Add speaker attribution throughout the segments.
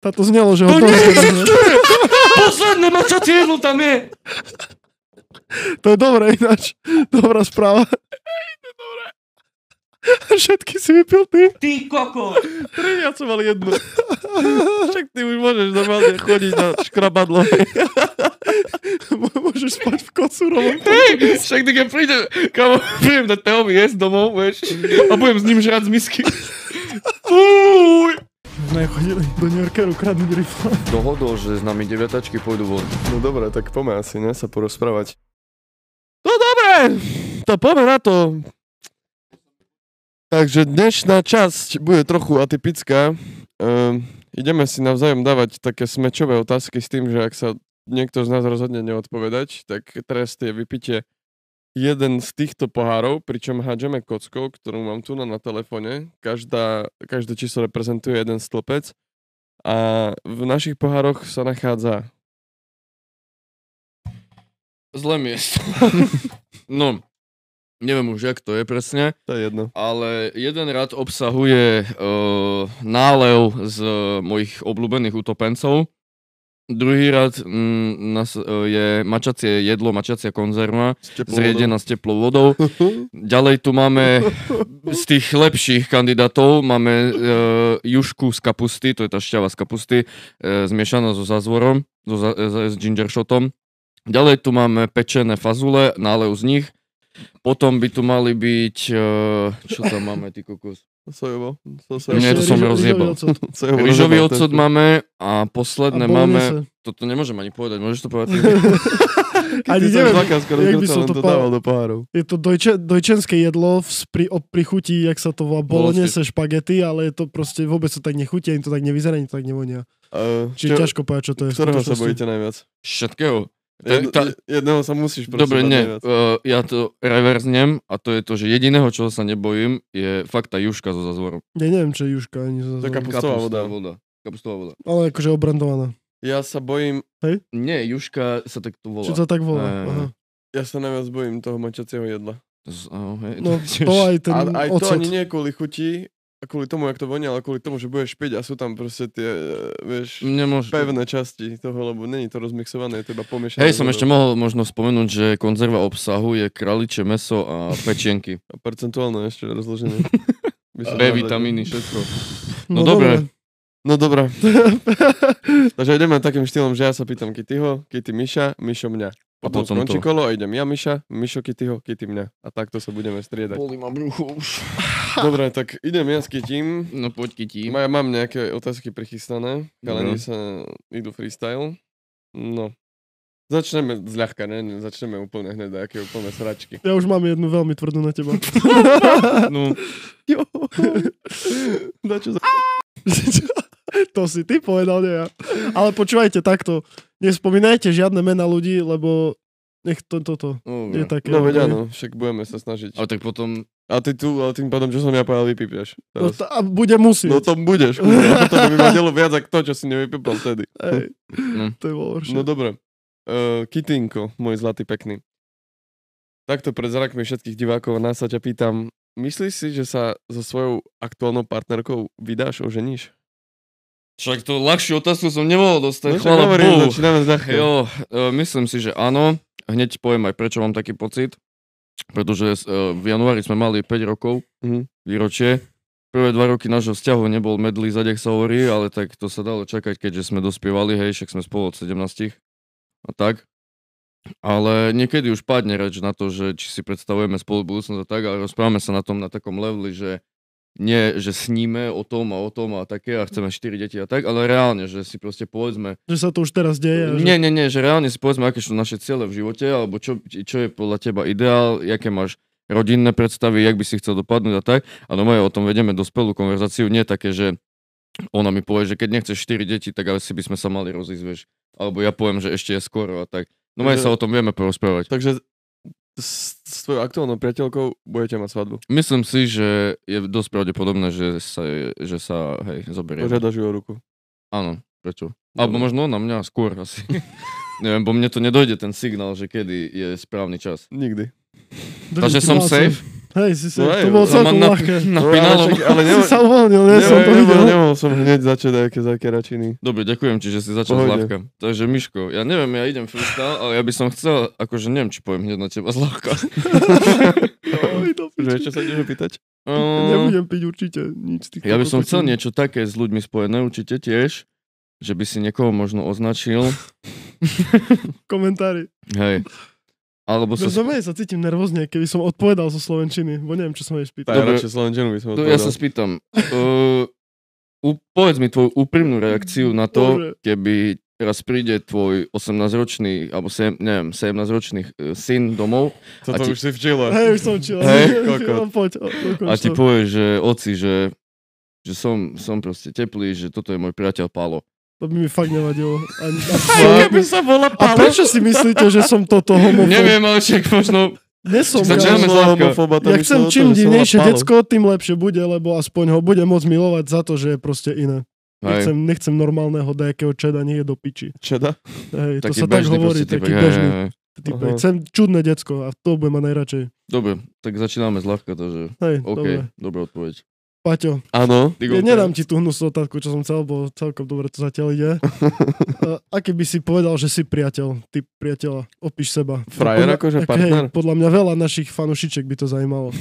Speaker 1: Táto znelo, že ho
Speaker 2: To nie
Speaker 1: to-
Speaker 2: existuje! Posledné mačacie jedlo tam je!
Speaker 1: To je dobré ináč. Dobrá správa. Všetky si vypil ty.
Speaker 2: Ty koko!
Speaker 3: Tri, ja som mal jednu. Však ty už môžeš normálne chodiť na škrabadlo.
Speaker 1: Môžeš spať v kocurovom.
Speaker 3: Však ty keď prídem, kamo, prídem na Teovi jesť domov, vieš, a budem s ním žrať z misky. Fúj!
Speaker 1: Sme chodili do New Yorkeru kradnúť rifle.
Speaker 4: Dohodol, že s nami deviatačky pôjdu von.
Speaker 3: No dobré, tak poďme asi, ne, sa porozprávať. No dobre, to poďme na to. Takže dnešná časť bude trochu atypická. Ehm, ideme si navzájom dávať také smečové otázky s tým, že ak sa niekto z nás rozhodne neodpovedať, tak trest je vypitie jeden z týchto pohárov, pričom hádžeme kockou, ktorú mám tu na, na telefóne. Každá, každé číslo reprezentuje jeden stĺpec a v našich pohároch sa nachádza
Speaker 4: Zlé miesto. no, neviem už, jak to je presne,
Speaker 3: To je jedno.
Speaker 4: ale jeden rad obsahuje uh, nálev z eh, mojich obľúbených utopencov. Druhý rad mm, nas, eh, je mačacie jedlo, mačacia konzerva, zriedená s teplou vodou. Ďalej tu máme z tých lepších kandidátov, máme e, jušku z kapusty, to je tá šťava z kapusty, e, zmiešaná so zázvorom, so, za- e, s ginger shotom. Ďalej tu máme pečené fazule, nálev z nich. Potom by tu mali byť, e, čo tam máme, ty kokos?
Speaker 3: Sojovo. So, sojovo.
Speaker 4: Nie, to som rozjebal.
Speaker 3: Sojovo
Speaker 4: Rýžový
Speaker 3: rozjebal,
Speaker 4: ocot
Speaker 3: to je-
Speaker 4: máme a posledné máme,
Speaker 1: máme...
Speaker 4: toto nemôžem ani povedať, môžeš to povedať? ty?
Speaker 3: Ty
Speaker 1: Ani
Speaker 3: som
Speaker 1: neviem,
Speaker 3: dvakrát skoro
Speaker 1: jak by
Speaker 3: zgrcal,
Speaker 1: som
Speaker 3: len to
Speaker 1: to povedal.
Speaker 3: dával do pohárov.
Speaker 1: je to dojče, dojčenské jedlo v, s- pri, o, pri chuti, jak sa to volá,
Speaker 3: No,
Speaker 1: bolognese,
Speaker 3: vlastne-
Speaker 1: špagety, ale je to proste vôbec to tak nechutí, ani to tak nevyzerá, ani to tak nevonia.
Speaker 3: Uh,
Speaker 1: Čiže
Speaker 3: čo-
Speaker 1: ťažko povedať, čo to je. v
Speaker 3: Ktorého sa
Speaker 1: skutočnosti.
Speaker 3: bojíte najviac?
Speaker 4: Všetkého.
Speaker 3: Jed,
Speaker 4: tá-
Speaker 3: jedného sa musíš prosím.
Speaker 4: Dobre,
Speaker 3: bať
Speaker 4: nie,
Speaker 3: najviac.
Speaker 4: uh, ja to reverznem a to je to, že jediného, čoho sa nebojím, je fakt tá juška so zazvorom.
Speaker 1: Ja neviem, čo je juška, ani zo,
Speaker 3: To je kapu-
Speaker 1: zo,
Speaker 3: Kapustová voda.
Speaker 4: voda. Kapustová voda.
Speaker 1: ale akože obrandovaná.
Speaker 3: Ja sa bojím,
Speaker 4: Nie, juška sa tak tu volá.
Speaker 1: Čo to tak volá?
Speaker 4: Ehm,
Speaker 1: Aha.
Speaker 3: ja sa najviac bojím toho mačacieho jedla.
Speaker 4: Z, oh, hej,
Speaker 1: No, to aj ten
Speaker 3: A, aj to
Speaker 1: ocot.
Speaker 3: ani nie kvôli chuti, a kvôli tomu, jak to vonia, ale kvôli tomu, že budeš špiť a sú tam proste tie, eh, vieš,
Speaker 4: Nemôž...
Speaker 3: pevné časti toho, lebo není to rozmixované, je to iba pomiešané.
Speaker 4: Hej, som
Speaker 3: s
Speaker 4: ešte
Speaker 3: vodou.
Speaker 4: mohol možno spomenúť, že konzerva obsahuje kraličie meso a pečienky.
Speaker 3: A percentuálne ešte rozloženie. By sa
Speaker 4: B
Speaker 3: dalo dať.
Speaker 4: vitamíny, všetko. No, dobre.
Speaker 3: No dobré. Takže ideme takým štýlom, že ja sa pýtam Kittyho, Kitty Miša, Mišo mňa.
Speaker 4: A
Speaker 3: Potom,
Speaker 4: potom
Speaker 3: skončí
Speaker 4: to.
Speaker 3: kolo a idem ja Miša, Mišo Kittyho, Kitty mňa. A takto sa budeme striedať.
Speaker 4: Boli ma brucho už.
Speaker 3: Dobre, tak idem ja s Kittym.
Speaker 4: No poď, Kití.
Speaker 3: Ma, ja mám nejaké otázky prichystané. Kaleni
Speaker 4: Dobre.
Speaker 3: sa idú freestyle. No. Začneme zľahka, ne? Začneme úplne hned, aké úplne sračky.
Speaker 1: Ja už mám jednu veľmi tvrdú na teba.
Speaker 4: No,
Speaker 3: Jo. Na čo za...
Speaker 1: to si ty povedal, nie ja. Ale počúvajte takto. Nespomínajte žiadne mena ľudí, lebo nech to, toto
Speaker 4: dobre.
Speaker 1: je také.
Speaker 3: No veď áno, však budeme sa snažiť.
Speaker 4: Ale tak potom...
Speaker 3: A ty tu, ale tým pádom, čo som ja povedal, vypípeš.
Speaker 1: No, to- a bude musieť.
Speaker 3: No tom budeš, kurva. To by ma delo viac ako to, čo si nevypipol vtedy.
Speaker 1: Ej,
Speaker 4: No.
Speaker 1: to je bolo horšie.
Speaker 3: No dobre. Uh, Kitinko, môj zlatý pekný. Takto pred zrakmi všetkých divákov a nás sa ťa pýtam, myslíš si, že sa so svojou aktuálnou partnerkou vydáš, oženíš?
Speaker 4: Však to ľahšiu otázku som nemohol
Speaker 3: No,
Speaker 4: dostať.
Speaker 3: však
Speaker 4: Chvála
Speaker 3: hovorím,
Speaker 4: Bohu.
Speaker 3: začíname z ľahkého.
Speaker 4: Jo, e, myslím si, že áno. Hneď poviem aj, prečo mám taký pocit. Pretože e, v januári sme mali 5 rokov
Speaker 3: Mhm.
Speaker 4: výročie. Prvé dva roky nášho vzťahu nebol medlý zadek sa hovorí, ale tak to sa dalo čakať, keďže sme dospievali, hej, však sme spolu od 17. A tak. Ale niekedy už padne reč na to, že či si predstavujeme spolu budúcnosť a tak, ale rozprávame sa na tom na takom leveli, že nie, že sníme o tom a o tom a také a chceme 4 deti a tak, ale reálne, že si proste povedzme,
Speaker 1: Že sa to už teraz deje. a že-
Speaker 4: nie, nie, nie, že reálne si povedzme, aké sú naše ciele v živote, alebo čo, čo je podľa teba ideál, aké máš rodinné predstavy, jak by si chcel dopadnúť a tak. A doma o tom vedeme dospelú konverzáciu, nie také, že ona mi povie, že keď nechceš 4 deti, tak asi by sme sa mali rozísť, vieš. Alebo ja poviem, že ešte je skoro a tak. No
Speaker 3: Takže-
Speaker 4: sa o tom vieme porozprávať.
Speaker 3: Takže s, s tvojou aktuálnou priateľkou budete mať svadbu.
Speaker 4: Myslím si, že je dosť pravdepodobné, že sa, že sa hej, zoberie.
Speaker 3: Požiadaš ju o ruku.
Speaker 4: Áno, prečo? Alebo možno na mňa skôr asi. Neviem, bo mne to nedojde ten signál, že kedy je správny čas.
Speaker 3: Nikdy.
Speaker 1: Drž-
Speaker 4: Takže som
Speaker 1: mal
Speaker 4: safe?
Speaker 1: Hej, si sa,
Speaker 3: No hej,
Speaker 1: to bolo
Speaker 3: no,
Speaker 1: celkom
Speaker 4: na,
Speaker 1: ľahké.
Speaker 4: napínalo.
Speaker 3: No, ale, čak- ale
Speaker 1: Si
Speaker 3: nemohol,
Speaker 1: sa uvoľnil, nie som to videl.
Speaker 3: nemohol som hneď začať nejaké zakeračiny.
Speaker 4: Dobre, ďakujem ti, že si začal s
Speaker 3: Pohode.
Speaker 4: ľahka. Takže Miško, ja neviem, ja idem freestyle, ale ja by som chcel, akože neviem, či poviem hneď na teba z ľahka.
Speaker 1: Oj, do
Speaker 3: Že
Speaker 1: piči.
Speaker 3: ešte sa ideš opýtať?
Speaker 4: Ehm,
Speaker 1: Nebudem piť určite nič z týchto
Speaker 4: ja by som
Speaker 1: kokotín.
Speaker 4: chcel niečo také s ľuďmi spojené, určite tiež, že by si niekoho možno označil.
Speaker 1: Komentári.
Speaker 4: Hej. Alebo sa...
Speaker 1: Sa... Normálne sa cítim nervózne, keby som odpovedal zo Slovenčiny, bo neviem, čo som ešte pýtal.
Speaker 3: Tak,
Speaker 4: Dobre.
Speaker 3: radšej Slovenčinu by som
Speaker 4: No, ja sa spýtam. Uh, u, povedz mi tvoju úprimnú reakciu na
Speaker 1: Dobre.
Speaker 4: to, keby teraz príde tvoj 18-ročný, alebo sem, neviem, 17-ročný uh, syn domov
Speaker 3: Toto
Speaker 4: a ti-
Speaker 3: už si včila.
Speaker 1: Hej, už som čil.
Speaker 3: Hej, kokot.
Speaker 1: Poď, o,
Speaker 4: a
Speaker 1: dokonč
Speaker 4: ti
Speaker 1: to.
Speaker 4: povie, že oci, že, že som, som proste teplý, že toto je môj priateľ Palo.
Speaker 1: To by mi fakt nevadilo. A, a,
Speaker 3: keby sa bola
Speaker 1: a prečo si myslíte, že som toto homofób?
Speaker 4: Neviem, ale však možno...
Speaker 1: Nesom.
Speaker 4: Začíname
Speaker 1: ja.
Speaker 4: s ľahko.
Speaker 1: Ja chcem čím divnejšie decko, tým lepšie bude, lebo aspoň ho budem môcť milovať za to, že je proste iné.
Speaker 4: Hej,
Speaker 1: Nechcem, nechcem normálneho dajakého čeda, nie je do piči.
Speaker 3: Čeda?
Speaker 1: Hej, to
Speaker 4: taký
Speaker 1: sa tak
Speaker 4: bežný
Speaker 1: hovorí,
Speaker 4: proste
Speaker 1: taký
Speaker 4: typek, hej,
Speaker 1: bežný.
Speaker 4: hej, hej.
Speaker 1: typ.
Speaker 3: Aha.
Speaker 1: Chcem čudné decko a to bude ma najradšej.
Speaker 4: Dobre, tak začíname z ľahka, takže...
Speaker 1: Hej, dobre.
Speaker 4: OK, dobrá odpoveď.
Speaker 1: Paťo,
Speaker 3: Áno.
Speaker 4: Ty
Speaker 1: ja
Speaker 4: go-
Speaker 1: nedám ti tú hnusnú otázku, čo som chcel, bo celkom dobre to zatiaľ ide. A- Aký by si povedal, že si priateľ, ty priateľa, opíš seba.
Speaker 3: Frajer
Speaker 1: Podľa-
Speaker 3: akože,
Speaker 1: tak
Speaker 3: partner?
Speaker 1: Hej, podľa mňa veľa našich fanušičiek by to zajímalo.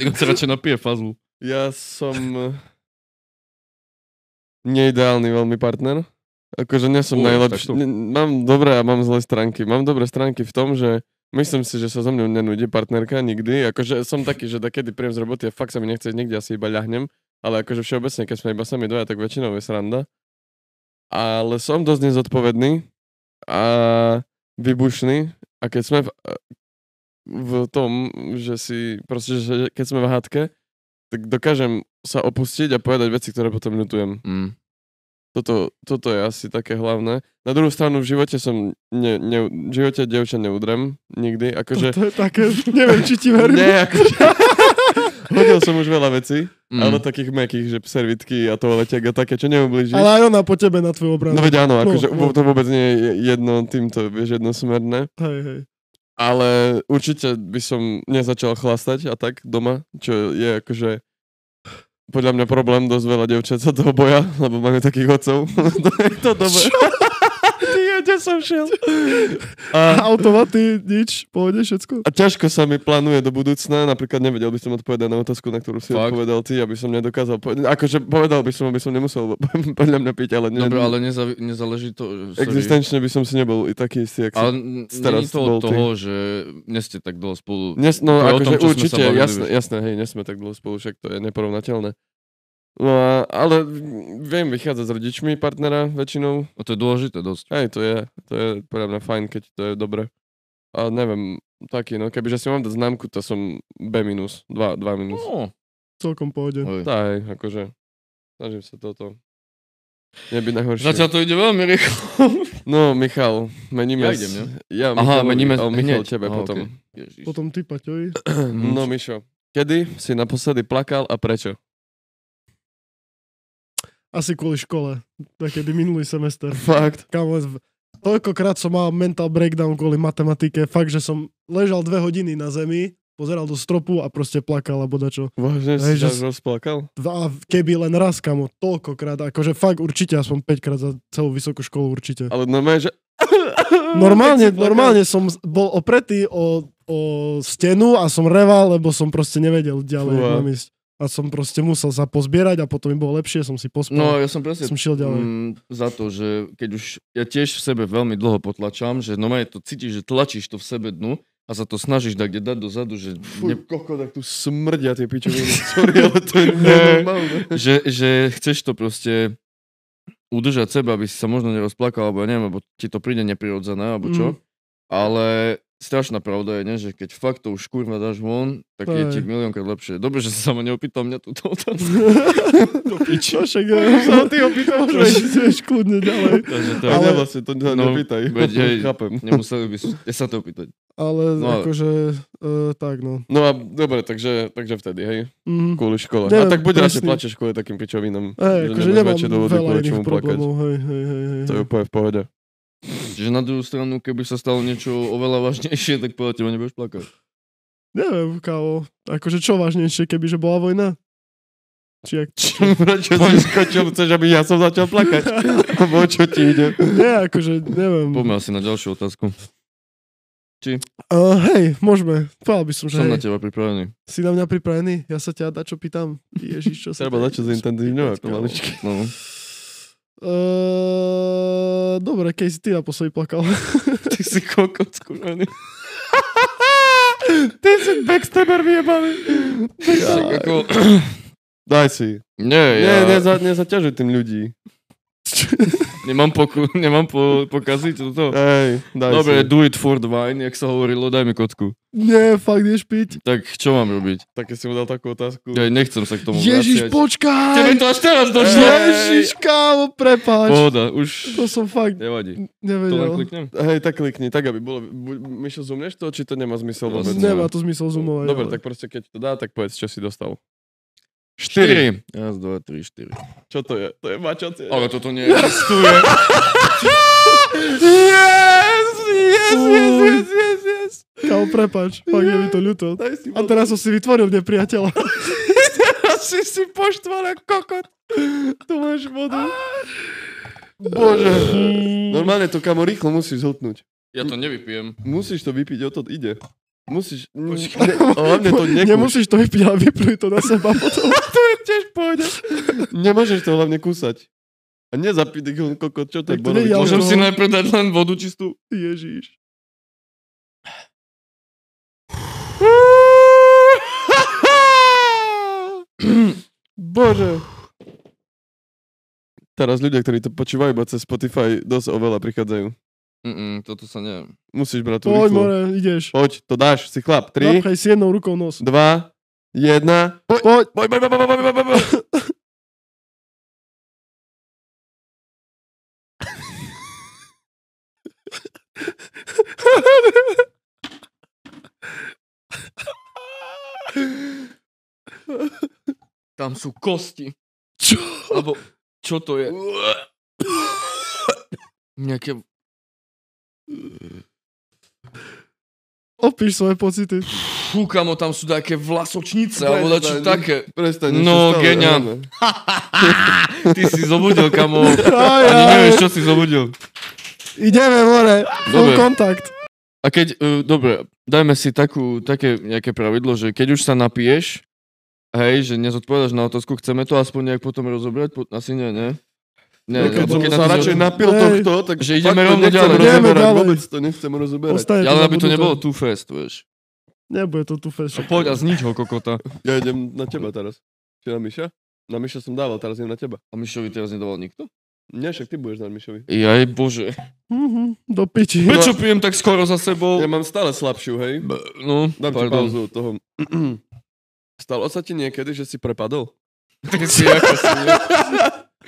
Speaker 4: Ty sa radšej napije fazlu.
Speaker 3: Ja som... eh, Neideálny veľmi partner. Akože nie som
Speaker 4: Ú,
Speaker 3: najlepší.
Speaker 4: takto.
Speaker 3: Ne- Mám dobré a mám zlé stránky. Mám dobré stránky v tom, že myslím si, že sa so mnou nenudí partnerka nikdy. Akože som taký, že takedy príjem z roboty a fakt sa mi nechce ísť nikde, asi iba ľahnem. Ale akože všeobecne, keď sme iba sami dvaja, tak väčšinou je sranda. Ale som dosť nezodpovedný a vybušný. A keď sme v, eh, v tom, že si proste, že keď sme v hádke, tak dokážem sa opustiť a povedať veci, ktoré potom ľutujem.
Speaker 4: Mm.
Speaker 3: Toto, toto je asi také hlavné. Na druhú stranu v živote som ne, ne, v živote dievča neudrem nikdy, akože
Speaker 1: To je také, neviem, či ti verím.
Speaker 3: nie, akože hodil som už veľa vecí,
Speaker 4: Mm.
Speaker 3: ale takých mekých, že servitky a toaletek a také, čo neublíži.
Speaker 1: Ale aj ona po tebe na tvoju obranu.
Speaker 3: No veď áno,
Speaker 1: No,
Speaker 3: akože
Speaker 1: no.
Speaker 3: to vôbec nie je jedno týmto, vieš, jednosmerné.
Speaker 1: Hej, hej.
Speaker 3: Ale určite by som nezačal chlastať a tak doma, čo je akože podľa mňa problém, dosť veľa devčat sa toho boja, lebo máme takých otcov. to je to dobre. Ty, ja kde som šiel? A,
Speaker 1: Automaty, nič, pôjde všetko.
Speaker 3: a ťažko sa mi plánuje do budúcna, napríklad nevedel by som odpovedať na otázku, na ktorú si
Speaker 4: Fakt?
Speaker 3: odpovedal ty, aby som nedokázal povedať. Akože povedal by som, aby som nemusel podľa mňa piť, ale, ne,
Speaker 4: Dobre, ale neza- nezáleží to... sorry.
Speaker 3: existenčne by som si nebol i taký istý, ak si
Speaker 4: Ale n-
Speaker 3: teraz
Speaker 4: není to
Speaker 3: bol
Speaker 4: od
Speaker 3: ty.
Speaker 4: toho, že nie ste tak dlho spolu.
Speaker 3: Nes, no,
Speaker 4: To je o
Speaker 3: akože
Speaker 4: tom, čo sme
Speaker 3: určite,
Speaker 4: sa bavili,
Speaker 3: jasné,
Speaker 4: vieš.
Speaker 3: jasné, hej, nesme tak dlho spolu, však to je neporovnateľné. No a, ale viem vychádzať s rodičmi partnera väčšinou.
Speaker 4: A to je dôležité dosť.
Speaker 3: Hej, to je, to je podľa mňa fajn, keď to je dobre. A neviem, taký, no, kebyže si mám dať známku, to som B minus, 2, 2 minus.
Speaker 4: No,
Speaker 1: Celkom pôjde.
Speaker 4: hej.
Speaker 3: Tá, hej, akože, snažím sa toto. Nebyť najhoršie.
Speaker 4: Zatiaľ to ide veľmi rýchlo.
Speaker 3: No, Michal, meníme
Speaker 4: Ja idem,
Speaker 3: s-
Speaker 4: ne?
Speaker 3: Ja,
Speaker 4: Aha,
Speaker 3: Michalovi,
Speaker 4: meníme
Speaker 3: ale Michal,
Speaker 4: hneď.
Speaker 3: tebe
Speaker 4: Aha,
Speaker 3: potom.
Speaker 4: okej. Mhm. Ježiš.
Speaker 1: Potom ty, Paťovi.
Speaker 3: No, Mišo, kedy si naposledy plakal a prečo?
Speaker 1: Asi kvôli škole. Takedy minulý semester.
Speaker 3: Fakt.
Speaker 1: Kámo, v- toľkokrát som mal mental breakdown kvôli matematike. Fakt, že som ležal dve hodiny na zemi, pozeral do stropu a proste plakal alebo dačo.
Speaker 3: Vážne
Speaker 1: Hej,
Speaker 3: si
Speaker 1: že
Speaker 3: sa
Speaker 1: s-
Speaker 3: rozplakal?
Speaker 1: A keby len raz, kamo, toľkokrát. Akože fakt určite, aspoň 5 krát za celú vysokú školu určite.
Speaker 3: Ale normálne, že... Keď
Speaker 1: Normálne,
Speaker 3: si plakal.
Speaker 1: normálne som z- bol opretý o, o stenu a som reval, lebo som proste nevedel ďalej,
Speaker 3: Fúha.
Speaker 1: jak mám ísť. A som proste musel sa pozbierať a potom mi bolo lepšie, som
Speaker 4: No,
Speaker 1: si pospal.
Speaker 4: ja som presne
Speaker 1: som šiel ďalej.
Speaker 4: mm, za to, že keď už ja tiež v sebe veľmi dlho potlačam, že normálne to cítiš, že tlačíš to v sebe dnu a sa to snažíš tak kde dať dozadu, že,
Speaker 3: Fuj,
Speaker 4: ne,
Speaker 3: koko, tak tu smrdia tie pičoviny. Sorry, ale to je
Speaker 4: Ne.
Speaker 3: nenormálne.
Speaker 4: že, že chceš to proste udržať seba, aby si sa možno nerozplakal, alebo ja neviem, alebo ti to príde neprirodzené, alebo čo.
Speaker 1: Mm.
Speaker 4: Ale strašná pravda je, ne, že keď fakt to už kurva dáš von, tak
Speaker 1: To
Speaker 4: je
Speaker 1: je.
Speaker 4: ti miliónkrát lepšie. Dobre, že sa ma neopýtal mňa túto otázku.
Speaker 1: Čo No, však, ja,
Speaker 3: ty opýtal,
Speaker 1: Môžeš ísť kľudne ďalej.
Speaker 4: Takže to
Speaker 3: Ale
Speaker 4: ale...
Speaker 3: vlastne, to sa
Speaker 4: No,
Speaker 3: nepýtaj.
Speaker 4: veď, hej.
Speaker 3: Chápem.
Speaker 4: Nemuseli by ste sa to opýtať.
Speaker 1: Ale
Speaker 4: No.
Speaker 1: akože, uh, tak no.
Speaker 3: No a dobre, takže, takže vtedy, hej,
Speaker 1: Mm.
Speaker 3: kvôli škole.
Speaker 1: Neviem,
Speaker 3: a tak buď radšej
Speaker 1: presne.
Speaker 3: plačeš kvôli takým pičovinám.
Speaker 1: Hej, akože
Speaker 3: nemáš
Speaker 1: nemám
Speaker 3: väčšie dôvody,
Speaker 1: veľa
Speaker 3: kvôli
Speaker 1: iných
Speaker 3: čomu plakať.
Speaker 1: problémov, hej, hej, hej. hej.
Speaker 3: To je úplne v pohode.
Speaker 4: Čiže na druhú stranu, keby sa stalo niečo oveľa vážnejšie, tak podľa teba nebudeš plakať.
Speaker 1: Neviem, kámo. Akože čo vážnejšie, keby že bola vojna? Či jak... Či...
Speaker 3: Prečo si skočil, chceš, aby ja som začal plakať? Lebo o čo ti ide?
Speaker 1: Nie, akože neviem.
Speaker 4: Poďme asi na ďalšiu otázku.
Speaker 1: Uh, hej, môžeme. Povedal by som, že
Speaker 4: Som na
Speaker 1: hej,
Speaker 4: teba pripravený.
Speaker 1: si na mňa pripravený? Ja sa ťa na čo pýtam? Ježiš, čo sa...
Speaker 3: Treba
Speaker 1: ťa-
Speaker 3: začať zintenzívňovať pomaličky.
Speaker 4: No.
Speaker 1: Uh, dobre, keď si ty naposledy plakal.
Speaker 4: Ty si kokot skurvený.
Speaker 3: Ty si backstabber vyjebaný.
Speaker 4: Ja, ako...
Speaker 3: Daj si.
Speaker 4: Nie, ja
Speaker 3: Nie, neza, nezaťažuj tým ľudí.
Speaker 4: nemám, poku, nemám po, pokaziť toto.
Speaker 3: Hej, daj si.
Speaker 4: Dobre, do it for the wine, jak sa hovorilo, daj mi kotku.
Speaker 1: Nie, fakt ideš piť.
Speaker 4: Tak čo mám robiť?
Speaker 3: Také si mu dal takú otázku.
Speaker 4: Ja nechcem sa k tomu vraciať.
Speaker 1: Ježiš,
Speaker 4: Tebe
Speaker 1: počkaj!
Speaker 4: to až teraz došlo.
Speaker 1: Ježiš, kámo, prepáč.
Speaker 4: Pohoda, už
Speaker 1: To som fakt
Speaker 4: nevadí. To len
Speaker 1: nevedel.
Speaker 4: kliknem.
Speaker 3: Hej, tak klikni, tak aby bolo... bu- Mišo, zoomneš to, či to nemá zmysel
Speaker 4: No,
Speaker 3: vôbec?
Speaker 4: zoom.
Speaker 1: Nemá to zmysel zoomovať.
Speaker 3: Dobre,
Speaker 1: ale-
Speaker 3: tak proste keď to dá, tak povedz, čo si dostal.
Speaker 4: 4. Raz, dva, tri, štyri.
Speaker 3: Čo to je? To je mačacie.
Speaker 4: Ale toto nie existuje.
Speaker 3: Yes, yes, yes, yes, yes, yes.
Speaker 1: Kámo, prepáč, fakt je mi to ľúto.
Speaker 3: Daj si
Speaker 1: A teraz som si vytvoril nepriateľa.
Speaker 3: teraz si si poštvaná kokot. Tu máš vodu.
Speaker 1: Ah.
Speaker 3: Bože. Normálne to, kamo, rýchlo musíš zhltnúť.
Speaker 4: Ja to nevypijem.
Speaker 3: Musíš to vypiť, o to ide. Musíš...
Speaker 4: Počkaj.
Speaker 3: Ne, hlavne to nekúš.
Speaker 1: Nemusíš to vypiť, ale vypluj to na seba potom.
Speaker 3: tiež pôjde. Nemôžeš to hlavne kúsať. A nezapíť, kokot, čo to
Speaker 1: Tak
Speaker 3: je
Speaker 1: to nie je
Speaker 3: bolo?
Speaker 4: Môžem
Speaker 1: to-
Speaker 4: si najprv dať len vodu čistú.
Speaker 1: Ježiš.
Speaker 3: Bože. Teraz ľudia, ktorí to počúvajú iba cez Spotify, dosť oveľa prichádzajú.
Speaker 4: Mm-mm, toto sa neviem.
Speaker 3: Musíš brať to
Speaker 1: Poď,
Speaker 3: rýchlo.
Speaker 1: more, ideš.
Speaker 3: Poď, to dáš, si chlap. 3,
Speaker 1: Napchaj si jednou rukou
Speaker 3: 2,
Speaker 1: nos.
Speaker 3: 1. Poď,
Speaker 1: Poď.
Speaker 3: poď, poď, poď, poď, poď, poď, poď.
Speaker 4: Tam sú kosti.
Speaker 1: Čo?
Speaker 4: Alebo čo to je? Nejaké...
Speaker 1: Opíš svoje pocity.
Speaker 4: Fú, kamo, tam sú také vlasočnice,
Speaker 3: Prestaň.
Speaker 4: alebo čo také.
Speaker 3: Prestaň.
Speaker 4: No,
Speaker 3: ešte stále,
Speaker 4: geniál.
Speaker 3: áno.
Speaker 4: Ty si zobudil, kamo.
Speaker 1: Aj,
Speaker 4: Ani
Speaker 1: aj.
Speaker 4: nevieš, čo si zobudil.
Speaker 1: Ideme, more. Full
Speaker 4: Dobre.
Speaker 1: kontakt.
Speaker 4: A keď, uh, dobre, dajme si takú, také nejaké pravidlo, že keď už sa napiješ, hej, že nezodpovedaš na otázku, chceme to aspoň nejak potom rozobrať? Po, asi nie, nie? Nie,
Speaker 3: Keď
Speaker 4: lebo
Speaker 1: to
Speaker 3: som
Speaker 1: keď
Speaker 3: sa
Speaker 1: na to-
Speaker 3: radšej
Speaker 4: na...
Speaker 3: napil
Speaker 1: Hej.
Speaker 3: tohto, tak
Speaker 4: Že ideme
Speaker 3: fakt to
Speaker 4: rovno
Speaker 3: nechcem
Speaker 4: ďalej.
Speaker 3: rozoberať,
Speaker 1: Ideme
Speaker 3: Vôbec to nechcem rozoberať.
Speaker 1: Ostane
Speaker 4: Ja len aby to
Speaker 1: zabudnuté.
Speaker 4: nebolo too fast, vieš.
Speaker 1: Nebude to tu fest.
Speaker 4: A No poď a znič ho, kokota.
Speaker 3: Ja idem na teba teraz. Či na Miša? Na Miša som dával, teraz idem na teba.
Speaker 4: A Mišovi teraz nedával nikto?
Speaker 3: Nie, však ty budeš na Mišovi.
Speaker 4: Jaj, bože.
Speaker 1: Mhm, do piči.
Speaker 4: Prečo pijem tak skoro za sebou?
Speaker 3: Ja mám stále slabšiu, hej?
Speaker 4: B- No,
Speaker 3: Dám ti
Speaker 4: pardon.
Speaker 3: pauzu od toho. Stalo sa ti niekedy, že si prepadol?
Speaker 4: Ty si ako si.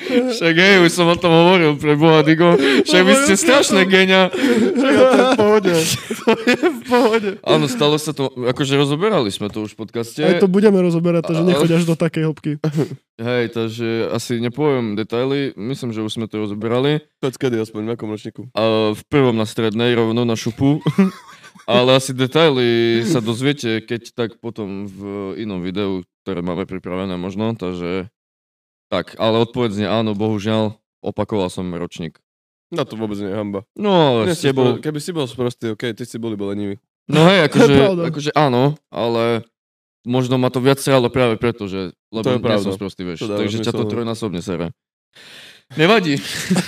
Speaker 4: Však hej, už som o tom hovoril pre Boha, Digo. Však vy ste strašné genia.
Speaker 3: v pohode. v pohode.
Speaker 4: Áno, stalo sa to, akože rozoberali sme to už v podcaste.
Speaker 1: Aj to budeme rozoberať, takže nechoď až do takej hĺbky.
Speaker 4: Hej, takže asi nepoviem detaily, myslím, že už sme to rozoberali.
Speaker 3: Poď kedy, aspoň v akom ročníku.
Speaker 4: A v prvom na strednej, rovno na šupu. Ale asi detaily sa dozviete, keď tak potom v inom videu, ktoré máme pripravené možno, takže... Tak, ale odpovedz nie áno, bohužiaľ, opakoval som ročník.
Speaker 3: Na to vôbec nie je hamba.
Speaker 4: No,
Speaker 3: Nie
Speaker 4: s
Speaker 3: si
Speaker 4: tebou...
Speaker 3: spro- Keby si bol sprostý, okej, ty si boli bol lenivý.
Speaker 4: No hej, akože,
Speaker 1: To je pravda.
Speaker 4: akože áno, ale možno ma to viac sralo práve preto, že... Lebo
Speaker 3: To je
Speaker 4: nie som
Speaker 3: pravda.
Speaker 4: sprostý, vieš.
Speaker 3: To dáva
Speaker 4: Takže ťa to
Speaker 3: zmysel, no.
Speaker 4: trojnásobne sere. Nevadí.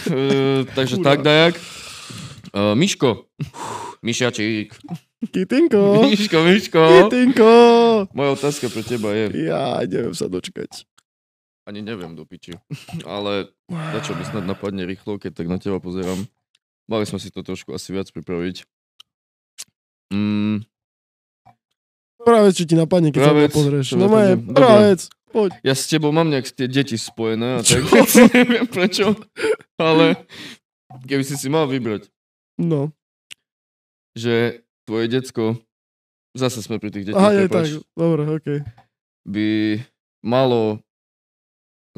Speaker 4: Eh, takže
Speaker 1: Kurva.
Speaker 4: tak, dajak. Uh, Miško. Mišačík.
Speaker 1: Kitinko,
Speaker 4: Miško, Miško.
Speaker 1: kitinko.
Speaker 4: Moja otázka pre teba je,
Speaker 1: Ja neviem sa dočkať.
Speaker 4: ani neviem do piči, ale na čo mi snad napadne rýchlo, keď tak na teba pozerám. Mali sme si to trošku asi viac pripraviť. Mm,
Speaker 1: Práve čo ti napadne, keď sa
Speaker 4: Pravec,
Speaker 1: to pozrieš.
Speaker 4: to
Speaker 1: No
Speaker 4: napadne.
Speaker 1: moje,
Speaker 4: Dobre.
Speaker 1: právec. Poď.
Speaker 4: ja s tebou mám nejak tie deti spojené a tak,
Speaker 1: Čo?
Speaker 4: neviem prečo, ale keby si si mal vybrať,
Speaker 1: No.
Speaker 4: že tvoje decko, zase sme pri tých deťoch,
Speaker 1: Aha, je tak.
Speaker 4: prepáč,
Speaker 1: Dobre, okej.
Speaker 4: by malo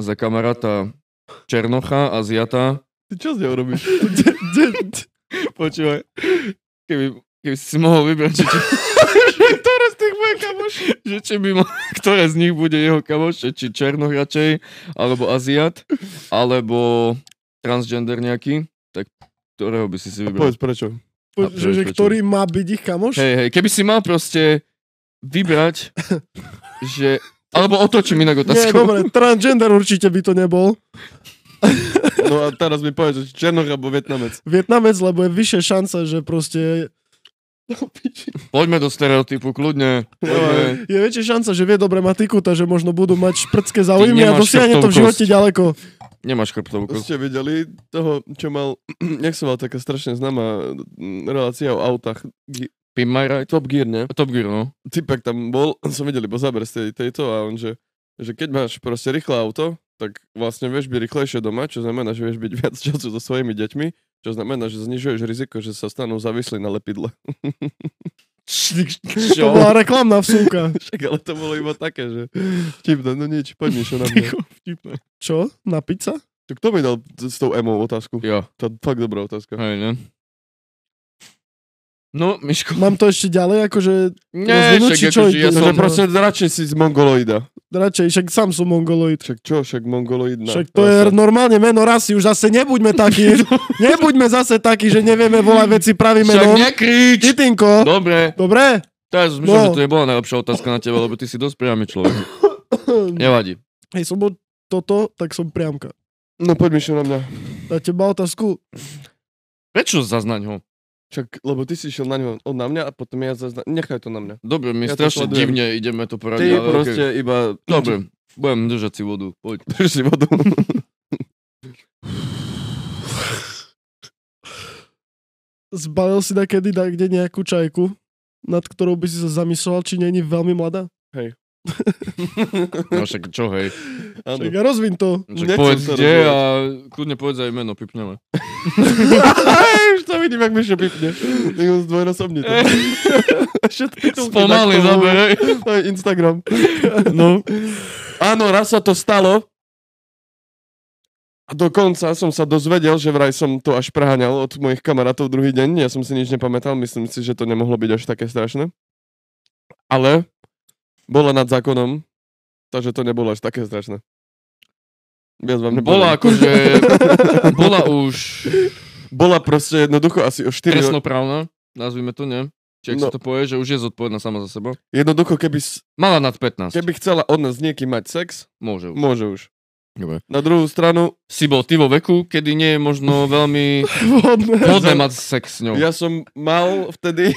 Speaker 4: za kamaráta Černocha, Aziata,
Speaker 3: Ty čo s ňou robíš?
Speaker 1: De- de- de-
Speaker 4: Počúvaj, keby, keby si mohol vybrať, že, či,
Speaker 3: Ktoré z tých moje kamoši?
Speaker 4: že či by mo, ktoré z nich bude jeho kamoš, že či Černoch radšej, alebo Aziat, alebo transgender nejaký, tak ktorého by si si vybral?
Speaker 3: Povedz prečo.
Speaker 1: Po-
Speaker 4: A
Speaker 1: Že, že
Speaker 4: prečo?
Speaker 1: ktorý má byť ich kamoš?
Speaker 4: Hej, hej, keby si mal proste vybrať, že... Alebo otočím inak
Speaker 1: Nie,
Speaker 4: otázku.
Speaker 1: dobre, transgender určite by to nebol.
Speaker 3: No a teraz mi povedz, že či Černoch alebo Vietnamec.
Speaker 1: Vietnamec, lebo je vyššia šanca, že proste
Speaker 4: Poďme do stereotypu, kľudne. Poďme.
Speaker 1: je väčšia šanca, že vie dobre matiku, takže možno budú mať šprcké záujmy a
Speaker 4: nemáš
Speaker 1: dosiahne to v
Speaker 4: chrbtovú
Speaker 1: živote
Speaker 4: kosť.
Speaker 1: ďaleko.
Speaker 4: Nemáš chrbtovú kosť.
Speaker 3: Ste videli toho, čo mal, jak sa mal taká strašne známa mm, relácia o autách. Gi-
Speaker 4: Pimp my ride?
Speaker 3: Top Gear, ne?
Speaker 4: Top Gear, no.
Speaker 3: Typek tam bol, som videl iba záber z tej, tejto a on, že, že keď máš proste rýchle auto, tak vlastne vieš byť rýchlejšie doma, čo znamená, že vieš byť viac času so svojimi deťmi, čo znamená, že znižuješ riziko, že sa stanú závislí na lepidle.
Speaker 1: To bola reklamná vsúka.
Speaker 3: Však ale to bolo iba také, že vtipné, no nič, poď niečo na mňa.
Speaker 1: Čo? Napiť sa?
Speaker 3: To kto mi dal t- s tou emou otázku?
Speaker 4: Jo,
Speaker 3: To je fakt dobrá otázka.
Speaker 4: hej, ne? No, Miško.
Speaker 1: Mám to ešte ďalej, akože
Speaker 3: no,
Speaker 4: Nie,
Speaker 1: rozvinúť, či
Speaker 4: však
Speaker 1: čo
Speaker 4: akože ja
Speaker 1: idú?
Speaker 4: som...
Speaker 3: Takže proste radšej si z mongoloida.
Speaker 1: radšej, však sám som mongoloid.
Speaker 3: Však čo, však mongoloidná. Vlastne.
Speaker 1: Však No, to je normálne meno rasy, už zase nebuďme takí, nebuďme zase takí, že nevieme volať veci pravým
Speaker 3: no.
Speaker 4: Však
Speaker 1: menom.
Speaker 4: nekrič!
Speaker 1: Titinko,
Speaker 4: Dobre,
Speaker 1: dobre?
Speaker 4: teraz myslím,
Speaker 1: No.
Speaker 4: že to nebola najlepšia otázka na teba, lebo ty si dosť priamy človek. Nevadí.
Speaker 1: Hej, som bol toto, tak som priamka.
Speaker 3: No poď Mišo na mňa.
Speaker 1: Na teba otázku,
Speaker 4: Prečo zaznaň ho?
Speaker 3: Však, lebo ty si išiel na ňo, on na mňa a potom ja zazna... Nechaj to na mňa.
Speaker 4: Dobre, mi
Speaker 3: Ja
Speaker 4: ja
Speaker 3: to
Speaker 4: strašne
Speaker 3: sledujem.
Speaker 4: divne ideme to poradiť.
Speaker 3: Ty
Speaker 4: ale
Speaker 3: proste
Speaker 4: Okay.
Speaker 3: iba...
Speaker 4: Dobre, budem držať si vodu, poď.
Speaker 3: Drž si vodu.
Speaker 1: zbalil si na kedy na kde nejakú čajku, nad ktorou by si sa zamyslel, či není veľmi mladá?
Speaker 4: No však čo, hej.
Speaker 3: Áno.
Speaker 1: Čak, ja rozvin to.
Speaker 4: Však
Speaker 3: Nechcem
Speaker 4: povedz
Speaker 3: sa
Speaker 4: kde
Speaker 3: rozvíjať.
Speaker 4: a kľudne povedz aj meno, pipneme.
Speaker 3: Aj, už to vidím, jak Mišo pipne. Tak ho zdvojnásobne. to. Všetky titulky na
Speaker 4: Spomaly
Speaker 3: ktorom-
Speaker 4: zaberaj.
Speaker 3: To je Instagram. No. Áno, raz sa to stalo. A dokonca som sa dozvedel, že vraj som to až preháňal od mojich kamarátov druhý deň. Ja som si nič nepamätal, myslím si, že to nemohlo byť až také strašné. Ale bola nad zákonom, takže to nebolo až také strašné. Viac vám nepoviem.
Speaker 4: Bola akože, bola už
Speaker 3: bola proste jednoducho asi o 4 ro-
Speaker 4: trestnoprávna, nazvime to, ne? Či ak
Speaker 3: No.
Speaker 4: sa to povie, že už je zodpovedná sama za seba.
Speaker 3: Jednoducho, keby, s-
Speaker 4: Mala nad 15,
Speaker 3: keby chcela od nás niekým mať sex,
Speaker 4: môže. už.
Speaker 3: môže už.
Speaker 4: Dobre.
Speaker 3: Na druhú stranu,
Speaker 4: Si bol ty vo veku, kedy nie je možno veľmi
Speaker 1: Vhodné.
Speaker 4: hodné mať sex s ňou.
Speaker 3: Ja som mal vtedy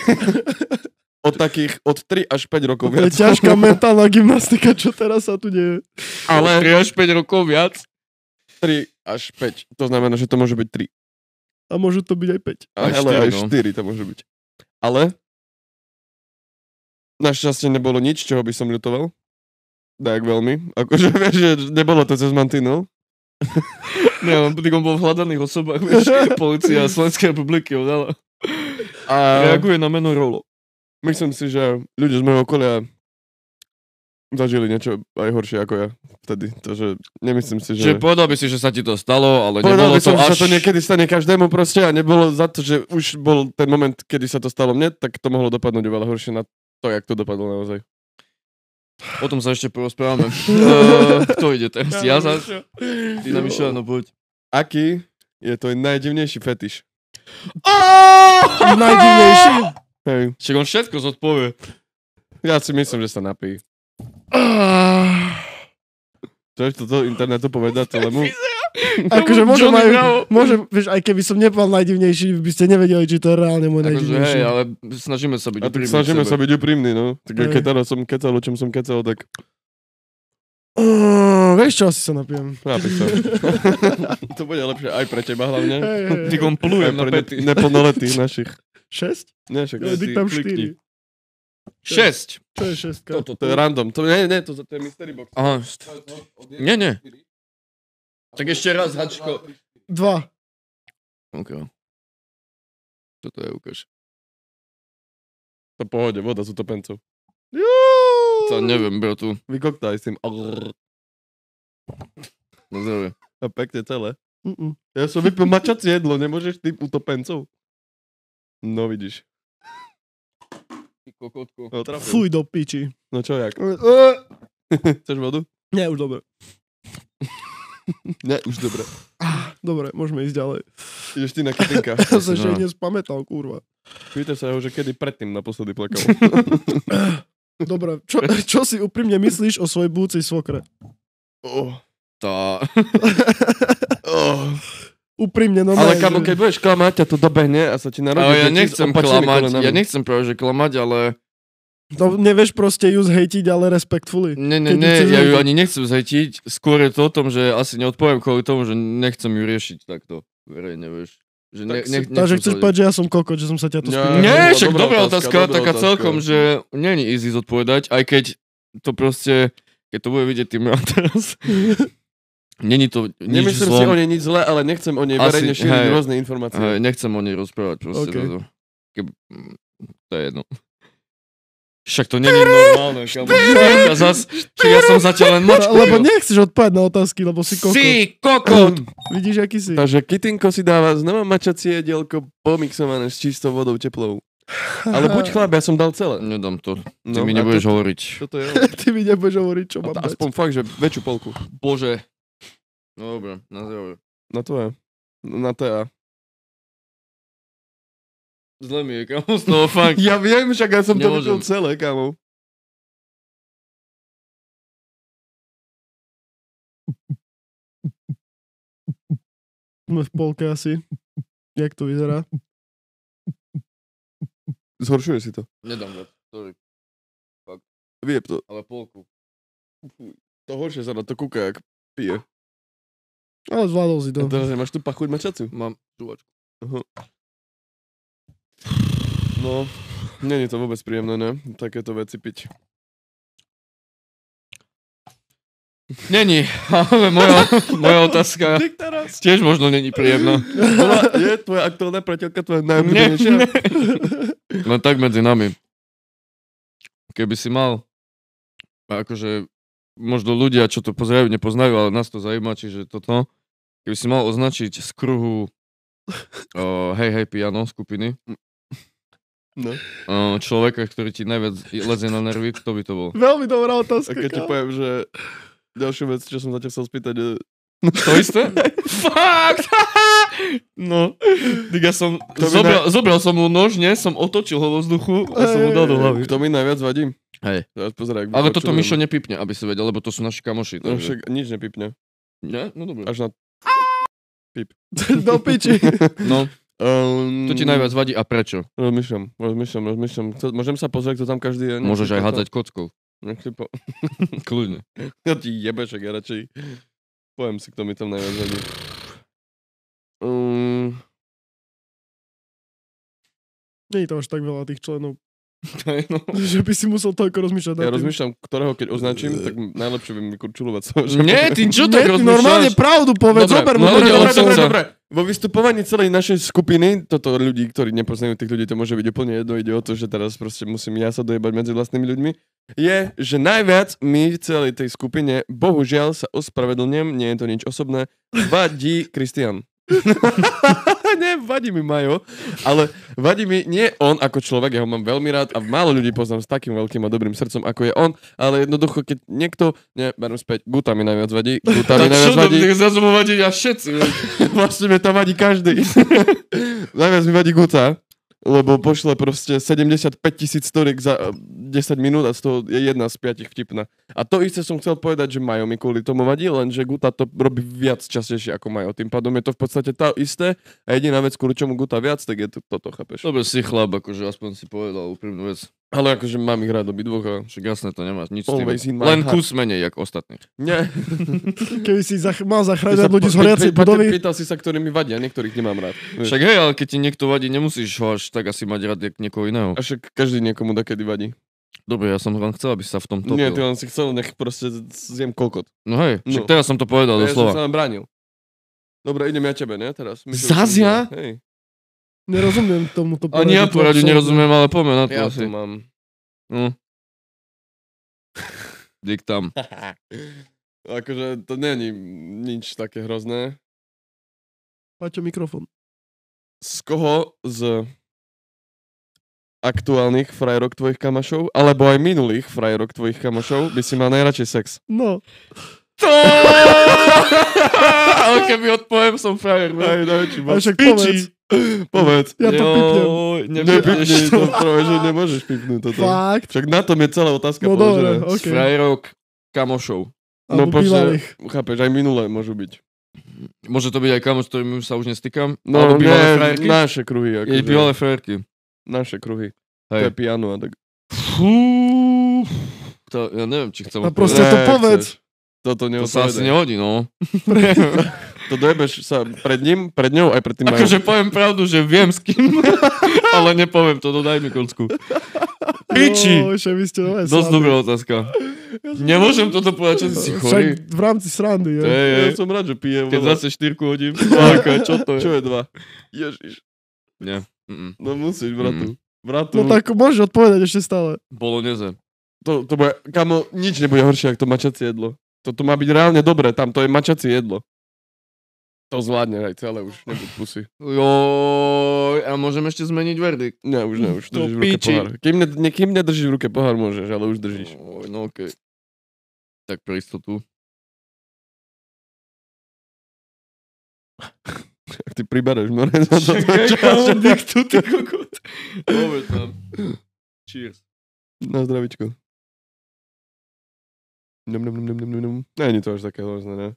Speaker 3: od takých od 3 až 5 rokov
Speaker 1: To je
Speaker 3: viac.
Speaker 1: ťažká mentálna gymnastika, čo teraz sa tu deje.
Speaker 4: ale 3 až 5 rokov viac.
Speaker 3: 3 až 5. To znamená, že to môže byť 3.
Speaker 1: A môžu to byť aj
Speaker 3: A
Speaker 4: Aj
Speaker 3: aj ale 4, aj
Speaker 4: štyri,
Speaker 3: 4
Speaker 4: no.
Speaker 3: to môže byť. Ale našťastie nebolo nič, čoho by som ľutoval. Tak veľmi. Akože vieš, že nebolo to cez mantinu.
Speaker 4: Nie, on pri bol v hľadaných osobách, vieš, policia Slovenskej republiky ho dala.
Speaker 3: A
Speaker 4: Reaguje na meno Rolo.
Speaker 3: myslím si, že ľudia z môjho okolia zažili niečo aj horšie ako ja vtedy. Takže nemyslím si, že...
Speaker 4: Že povedal by si, že sa ti to stalo, ale
Speaker 3: Povedal
Speaker 4: nebolo
Speaker 3: by som,
Speaker 4: to
Speaker 3: že
Speaker 4: až...
Speaker 3: sa to niekedy stane každému proste a nebolo za to, že už bol ten moment, kedy sa to stalo mne, tak to mohlo dopadnúť oveľa horšie na to, jak to dopadlo naozaj.
Speaker 4: O tom sa ešte porozprávame. Eh, Kto ide teraz? Ja sa... Ty na Mišo, no poď.
Speaker 3: Aký je to najdivnejší fetiš?
Speaker 1: peť. Najdivnejší.
Speaker 3: Hej,
Speaker 4: Však on všetko zodpovie.
Speaker 3: ja si myslím, že sa napijí. To je toto internetu povedať celému?
Speaker 1: Akože
Speaker 4: Johnny
Speaker 1: môžem aj,
Speaker 4: Bravo.
Speaker 1: môžem, vieš, aj keby som nepovedal najdivnejší, by ste nevedeli, či to je reálne môj
Speaker 4: Akože Tak
Speaker 1: najdivnejší.
Speaker 4: hej, ale snažíme sa byť
Speaker 3: A tak
Speaker 4: úprimní k
Speaker 3: snažíme
Speaker 4: sebe.
Speaker 3: sa byť úprimní, no. Tak
Speaker 1: Hej.
Speaker 3: keď teraz som kecal, o čom som kecal, tak
Speaker 1: Mm, vieš čo, asi sa napijem.
Speaker 3: napíš sa. to bude lepšie aj pre teba hlavne.
Speaker 1: Hej, hej,
Speaker 4: Ty
Speaker 1: hej.
Speaker 4: komplujem
Speaker 3: Aj
Speaker 4: na
Speaker 3: pre
Speaker 4: pety.
Speaker 3: ne- neplnoletých našich.
Speaker 1: Šesť?
Speaker 3: Nie, však,
Speaker 1: Ja,
Speaker 3: si
Speaker 1: tam
Speaker 3: klikni.
Speaker 1: No, štyri.
Speaker 4: 6.
Speaker 1: Čo je šestka?
Speaker 3: Toto, to je random. To, nie, nie, to, to je mystery box.
Speaker 4: Aha, št- Nie, nie. Tak ešte raz, Hačko.
Speaker 1: Dva.
Speaker 4: OK. Čo to je, Ukáš?
Speaker 3: To pohode, voda z utopencov.
Speaker 4: To neviem, bro, tu.
Speaker 3: Vykoktaj s tým.
Speaker 4: Na zdravie.
Speaker 3: A pekne celé.
Speaker 1: Mm-mm.
Speaker 3: Ja som vypil mačacie jedlo, nemôžeš ty utopencov. No vidíš.
Speaker 4: Ty kokotko.
Speaker 3: No, trafil.
Speaker 1: Fuj do piči.
Speaker 3: no čo jak? Chceš vodu?
Speaker 1: Nie, už dobre.
Speaker 3: Ne, už dobre.
Speaker 1: Dobre, môžeme ísť ďalej.
Speaker 3: Ideš ty na kytinka.
Speaker 1: Ja sa že
Speaker 4: No.
Speaker 1: nespamätal, kurva.
Speaker 3: Pýtaj sa ho, že kedy predtým naposledy plakal.
Speaker 1: Dobre, čo, čo si úprimne myslíš o svojej budúcej svokre?
Speaker 3: oh,
Speaker 4: Tá.
Speaker 3: oh.
Speaker 1: Úprimne, no
Speaker 3: Ale
Speaker 1: ne,
Speaker 3: kamo,
Speaker 1: že-
Speaker 3: keď budeš klamať a to dobehne a sa ti narodí
Speaker 4: Ale
Speaker 3: deti
Speaker 4: ja
Speaker 3: s
Speaker 4: nechcem
Speaker 3: opačnými
Speaker 4: klamať,
Speaker 3: kolenami.
Speaker 4: ja nechcem práve, že klamať, ale
Speaker 1: No, nevieš proste ju zhejtiť, ale respectfully.
Speaker 4: ne, ne,
Speaker 1: Keď ju
Speaker 4: ne,
Speaker 1: chceš
Speaker 4: ja ju
Speaker 1: zhodiť.
Speaker 4: ani nechcem zhetiť. Skôr je to o tom, že asi neodpoviem kvôli tomu, že nechcem ju riešiť takto verejne, vieš. Že ne,
Speaker 3: Tak si-
Speaker 4: ne,
Speaker 1: Takže
Speaker 4: nechcem
Speaker 1: chceš
Speaker 4: sa-
Speaker 1: povedať, že ja som kokot, že som sa ťa tu
Speaker 3: Ja-
Speaker 1: spýtal.
Speaker 4: Nie,
Speaker 3: Dobrá-
Speaker 4: však
Speaker 3: dobrá
Speaker 4: dobrá
Speaker 3: otázka,
Speaker 4: otázka,
Speaker 3: dobrá
Speaker 4: taká
Speaker 3: otázka.
Speaker 4: celkom, že není easy zodpovedať, aj keď to proste, keď to bude vidieť tým ja teraz, není to nič
Speaker 3: Nemyslím si o
Speaker 4: zlom,
Speaker 3: nej nič zle, ale nechcem o nej
Speaker 4: Asi,
Speaker 3: verejne šíriť
Speaker 4: hej.
Speaker 3: rôzne informácie.
Speaker 4: Hej, nechcem o nej rozprávať proste.
Speaker 1: OK.
Speaker 4: Okay. Keb... mm, To je jedno. Však to není normálne, kamo. Ja, zas, však ja som zatiaľ len mačko.
Speaker 1: Lebo nechceš odpovedať na otázky, lebo si kokot.
Speaker 4: Si kokot!
Speaker 1: Vidíš, aký si.
Speaker 3: Takže kytinko si dáva znova mačacie dielko pomixované s čistou vodou teplou. Ale buď chlap, ja som dal celé.
Speaker 4: Nedám to, ty
Speaker 3: No,
Speaker 4: mi
Speaker 3: a
Speaker 4: nebudeš
Speaker 3: to-
Speaker 4: hovoriť.
Speaker 3: Toto je
Speaker 1: Ty mi nebudeš hovoriť, čo mám
Speaker 3: ono.
Speaker 1: dať.
Speaker 3: Aspoň fakt, že väčšiu polku.
Speaker 4: Bože. No dobre, na zdravie.
Speaker 3: Na to je. Na TA.
Speaker 4: Zle mi je, kamo, z toho fakt.
Speaker 3: Ja viem, však ja som to
Speaker 4: Nemôžem.
Speaker 3: videl celé, kámo.
Speaker 1: Sme v polke asi. Jak to vyzerá?
Speaker 3: Zhoršuje si to.
Speaker 4: Nedám viac, sorry,
Speaker 3: Vie to.
Speaker 4: ale polku.
Speaker 3: To horšie sa na to kúka, jak pije.
Speaker 1: Ale zvládol si
Speaker 3: A
Speaker 1: to.
Speaker 3: teraz máš tu pachuť mačaciu.
Speaker 4: Mám žuvačku.
Speaker 3: No, není to vôbec príjemné, ne? Takéto veci piť.
Speaker 4: Není, ale moja, moja otázka
Speaker 3: teraz?
Speaker 4: tiež možno není príjemná.
Speaker 3: Ona je tvoja aktuálna priateľka, tvoja najobľúbenejšia?
Speaker 4: Nie, No tak medzi nami. Keby si mal, akože možno ľudia, čo to pozerajú, nepoznajú, ale nás to zaujíma, čiže toto. Keby si mal označiť z kruhu o, Hej Hej Piano skupiny,
Speaker 3: No.
Speaker 4: o, človeka, ktorý ti najviac lezie na nervy, kto by to bol?
Speaker 1: Veľmi
Speaker 3: A
Speaker 1: dobrá otázka.
Speaker 3: keď ti
Speaker 1: kámo.
Speaker 3: poviem, že ďalšiu vec, čo som sa ťa chcel spýtať, je...
Speaker 4: To isté? Fakt! No, tak ja som,
Speaker 3: To by
Speaker 4: zobral, zobral som mu nož, nie? Som otočil ho vo vzduchu a som mu dal do hlavy.
Speaker 3: Kto mi najviac vadí?
Speaker 4: Hej.
Speaker 3: Teraz pozeraj, ak
Speaker 4: no. Ale toto
Speaker 3: počujem.
Speaker 4: Mišo nepipne, aby si vedel, lebo to sú naši kamoši.
Speaker 3: No
Speaker 4: Takže...
Speaker 3: však nič nepipne.
Speaker 4: Nie? No dobre.
Speaker 3: Až na...
Speaker 1: Do piči.
Speaker 4: No,
Speaker 3: Um,
Speaker 4: to ti najviac vadí a prečo?
Speaker 3: Rozmýšľam, rozmýšľam, rozmýšľam. Chce- Môžem sa pozrieť, kto tam každý je? Nechci
Speaker 4: Môžeš aj
Speaker 3: to-
Speaker 4: hádzať kockou.
Speaker 3: nechci po-
Speaker 4: Kľudne.
Speaker 3: Ja ti jebešek, ja radšej poviem si, kto mi tam najviac vadí. Um,
Speaker 1: Nie je to až tak veľa tých členov,
Speaker 4: No.
Speaker 1: že by si musel toľko rozmýšľať.
Speaker 3: ja
Speaker 1: nad tým.
Speaker 3: rozmýšľam, ktorého keď označím, tak najlepšie by mi kurčulovať sa. že-
Speaker 4: Nie, ty čo No tak
Speaker 1: Nie, ty
Speaker 4: rozmýšľaš?
Speaker 1: normálne pravdu povedz,
Speaker 4: Dobre,
Speaker 1: zober mu
Speaker 4: no,
Speaker 1: to
Speaker 4: dobre,
Speaker 1: do
Speaker 4: dobre,
Speaker 1: srdca.
Speaker 4: dobre.
Speaker 3: Vo vystupovaní celej našej skupiny, toto ľudí, ktorí nepoznajú tých ľudí, to môže byť úplne jedno, ide o to, že teraz proste musím ja sa dojebať medzi vlastnými ľuďmi, je, že najviac my v celej tej skupine, bohužiaľ sa ospravedlňujem, nie je to nič osobné, vadí Kristian. nie, vadí mi Majo, ale vadí mi nie on ako človek, ja ho mám veľmi rád a málo ľudí poznám s takým veľkým a dobrým srdcom, ako je on, ale jednoducho, keď niekto, ne, berem späť, Guta mi najviac vadí, Guta mi
Speaker 4: Tak čo
Speaker 3: najviac
Speaker 4: tam,
Speaker 3: vadí.
Speaker 4: tak zrazu mu vadia všetci. vieš.
Speaker 3: Vlastne mi tam vadí každý. Najviac mi vadí Guta, lebo pošle proste 75 tisíc storiek za eh, 10 minút a z toho je jedna z piatich vtipná. A to isté som chcel povedať, že Majo mi kvôli tomu vadí, lenže Guta to robí viac častejšie ako Majo. Tým pádom je to v podstate tá isté a jediná vec, kvôli čomu Guta viac, tak je to, toto, chápeš?
Speaker 4: Dobre si chlap, akože aspoň si povedal úprimnú vec.
Speaker 3: Ale akože mám ich rád obidvoch a...
Speaker 4: Však jasné, to nemáš nič s
Speaker 3: Always in
Speaker 4: tým.
Speaker 3: my
Speaker 4: Len
Speaker 3: heart.
Speaker 4: kus menej, jak ostatní.
Speaker 3: Nie.
Speaker 1: Keby si zach- mal
Speaker 3: Ty sa
Speaker 1: zachrániť ľudí z
Speaker 3: pý-
Speaker 1: horiacej
Speaker 3: pý- pý-
Speaker 1: budovy,
Speaker 3: Pýtal si sa, ktorí mi vadia, niektorých nemám rád. Vieš.
Speaker 4: Však hej, ale keď ti niekto vadí, nemusíš ho až tak asi mať rád, jak niekoho iného.
Speaker 3: A však každý niekomu dakedy vadí.
Speaker 4: Dobre, ja som len chcel, aby sa v tom
Speaker 3: Nie,
Speaker 4: topil.
Speaker 3: ty len si chcel, nech proste zjem kokot.
Speaker 4: No hej, však
Speaker 3: No.
Speaker 4: teraz som to povedal
Speaker 3: Ja som sa
Speaker 4: doslova.
Speaker 3: len bránil. Dobre, idem ja tebe, ne, teraz?
Speaker 4: Zas ja?
Speaker 3: Hej.
Speaker 1: nerozumiem tomuto
Speaker 4: Ani ja poradiu
Speaker 1: absolútne.
Speaker 4: nerozumiem, ale poďme na to
Speaker 3: Ja tu
Speaker 4: asi.
Speaker 3: mám.
Speaker 4: No. Dík tam.
Speaker 3: Akože to není nič také hrozné.
Speaker 1: Paťo, mikrofón.
Speaker 3: Z koho z aktuálnych frajerok tvojich kamašov, alebo aj minulých frajerok tvojich kamašov, by si mal najradšej sex.
Speaker 1: No.
Speaker 4: To! Ale keby odpoviem, som frajer. no.
Speaker 3: Aj, najväčší
Speaker 1: A
Speaker 3: bol.
Speaker 1: však
Speaker 3: Piči.
Speaker 1: povedz.
Speaker 3: Povedz.
Speaker 1: Ja to pipnem.
Speaker 4: Joj,
Speaker 3: Nepipneš
Speaker 4: nepipneš
Speaker 3: to, práve, že nemôžeš pipnúť toto.
Speaker 1: Fakt.
Speaker 3: Však na tom je celá otázka
Speaker 1: No dobre,
Speaker 3: položená.
Speaker 1: ok.
Speaker 4: Z frajerok kamošov.
Speaker 3: No
Speaker 1: Alebo
Speaker 3: počne,
Speaker 1: bývalých.
Speaker 3: chápeš, aj minulé môžu byť.
Speaker 4: Môže to byť aj kamoš, s ktorým sa už nestýkam?
Speaker 3: No,
Speaker 4: Alebo bývalé
Speaker 3: ne,
Speaker 4: frajerky?
Speaker 3: naše kruhy.
Speaker 4: Je bývalé frajerky.
Speaker 3: Naše kruhy. To je
Speaker 4: Hej.
Speaker 3: piano a tak.
Speaker 4: Fú, to, ja neviem, či chcem
Speaker 1: A proste
Speaker 3: Ne,
Speaker 1: to povedz.
Speaker 3: chceš. Toto
Speaker 4: To sa asi
Speaker 3: neodpovedaj.
Speaker 4: nehodí, no.
Speaker 3: To dojebeš sa pred ním, pred ňou, aj pred tým majom.
Speaker 4: Akože poviem pravdu, že viem s kým, ale nepoviem to, dodaj mi kocku. Piči!
Speaker 1: Oj, No, že vy ste
Speaker 4: Dosť
Speaker 1: nové srandy.
Speaker 4: dobrá otázka. Nemôžem toto povedať, že si
Speaker 1: Však
Speaker 4: chorý.
Speaker 1: v rámci srandy, je.
Speaker 4: Hej, hej.
Speaker 3: Ja som rád, že pijem.
Speaker 4: Keď
Speaker 3: veľa.
Speaker 4: zase štyrku hodím. Alka, čo to je?
Speaker 3: Čo je dva? Ježiš.
Speaker 4: Nie. Mm-mm.
Speaker 3: No musíš,
Speaker 4: Mm.
Speaker 3: bratu. Bratu.
Speaker 1: No tak môžeš odpovedať ešte stále.
Speaker 4: Bolognese.
Speaker 3: To, to bude, kamo, nič nebude horšie, ako to mačacie jedlo. Toto má byť reálne dobré, tam to je mačacie jedlo. To zvládne aj celé už, nebuď pusy.
Speaker 4: Joj, a môžem ešte zmeniť verdikt.
Speaker 3: Ne, už ne, už držíš
Speaker 4: To
Speaker 3: v ruke
Speaker 4: piči.
Speaker 3: pohár. Kým, ne, ne, kým nedržíš v ruke pohár, môžeš, ale už držíš.
Speaker 4: Joj, no okej. Tak pre istotu.
Speaker 3: Ak ty pribereš, no ne, za to,
Speaker 4: Čakáš niekto, ty kokot. Dobre tam. Cheers.
Speaker 3: Na zdravičko. Nom, nom, nom, nom, nom, nom, nom. Ne, nie to až také hrozné, ne?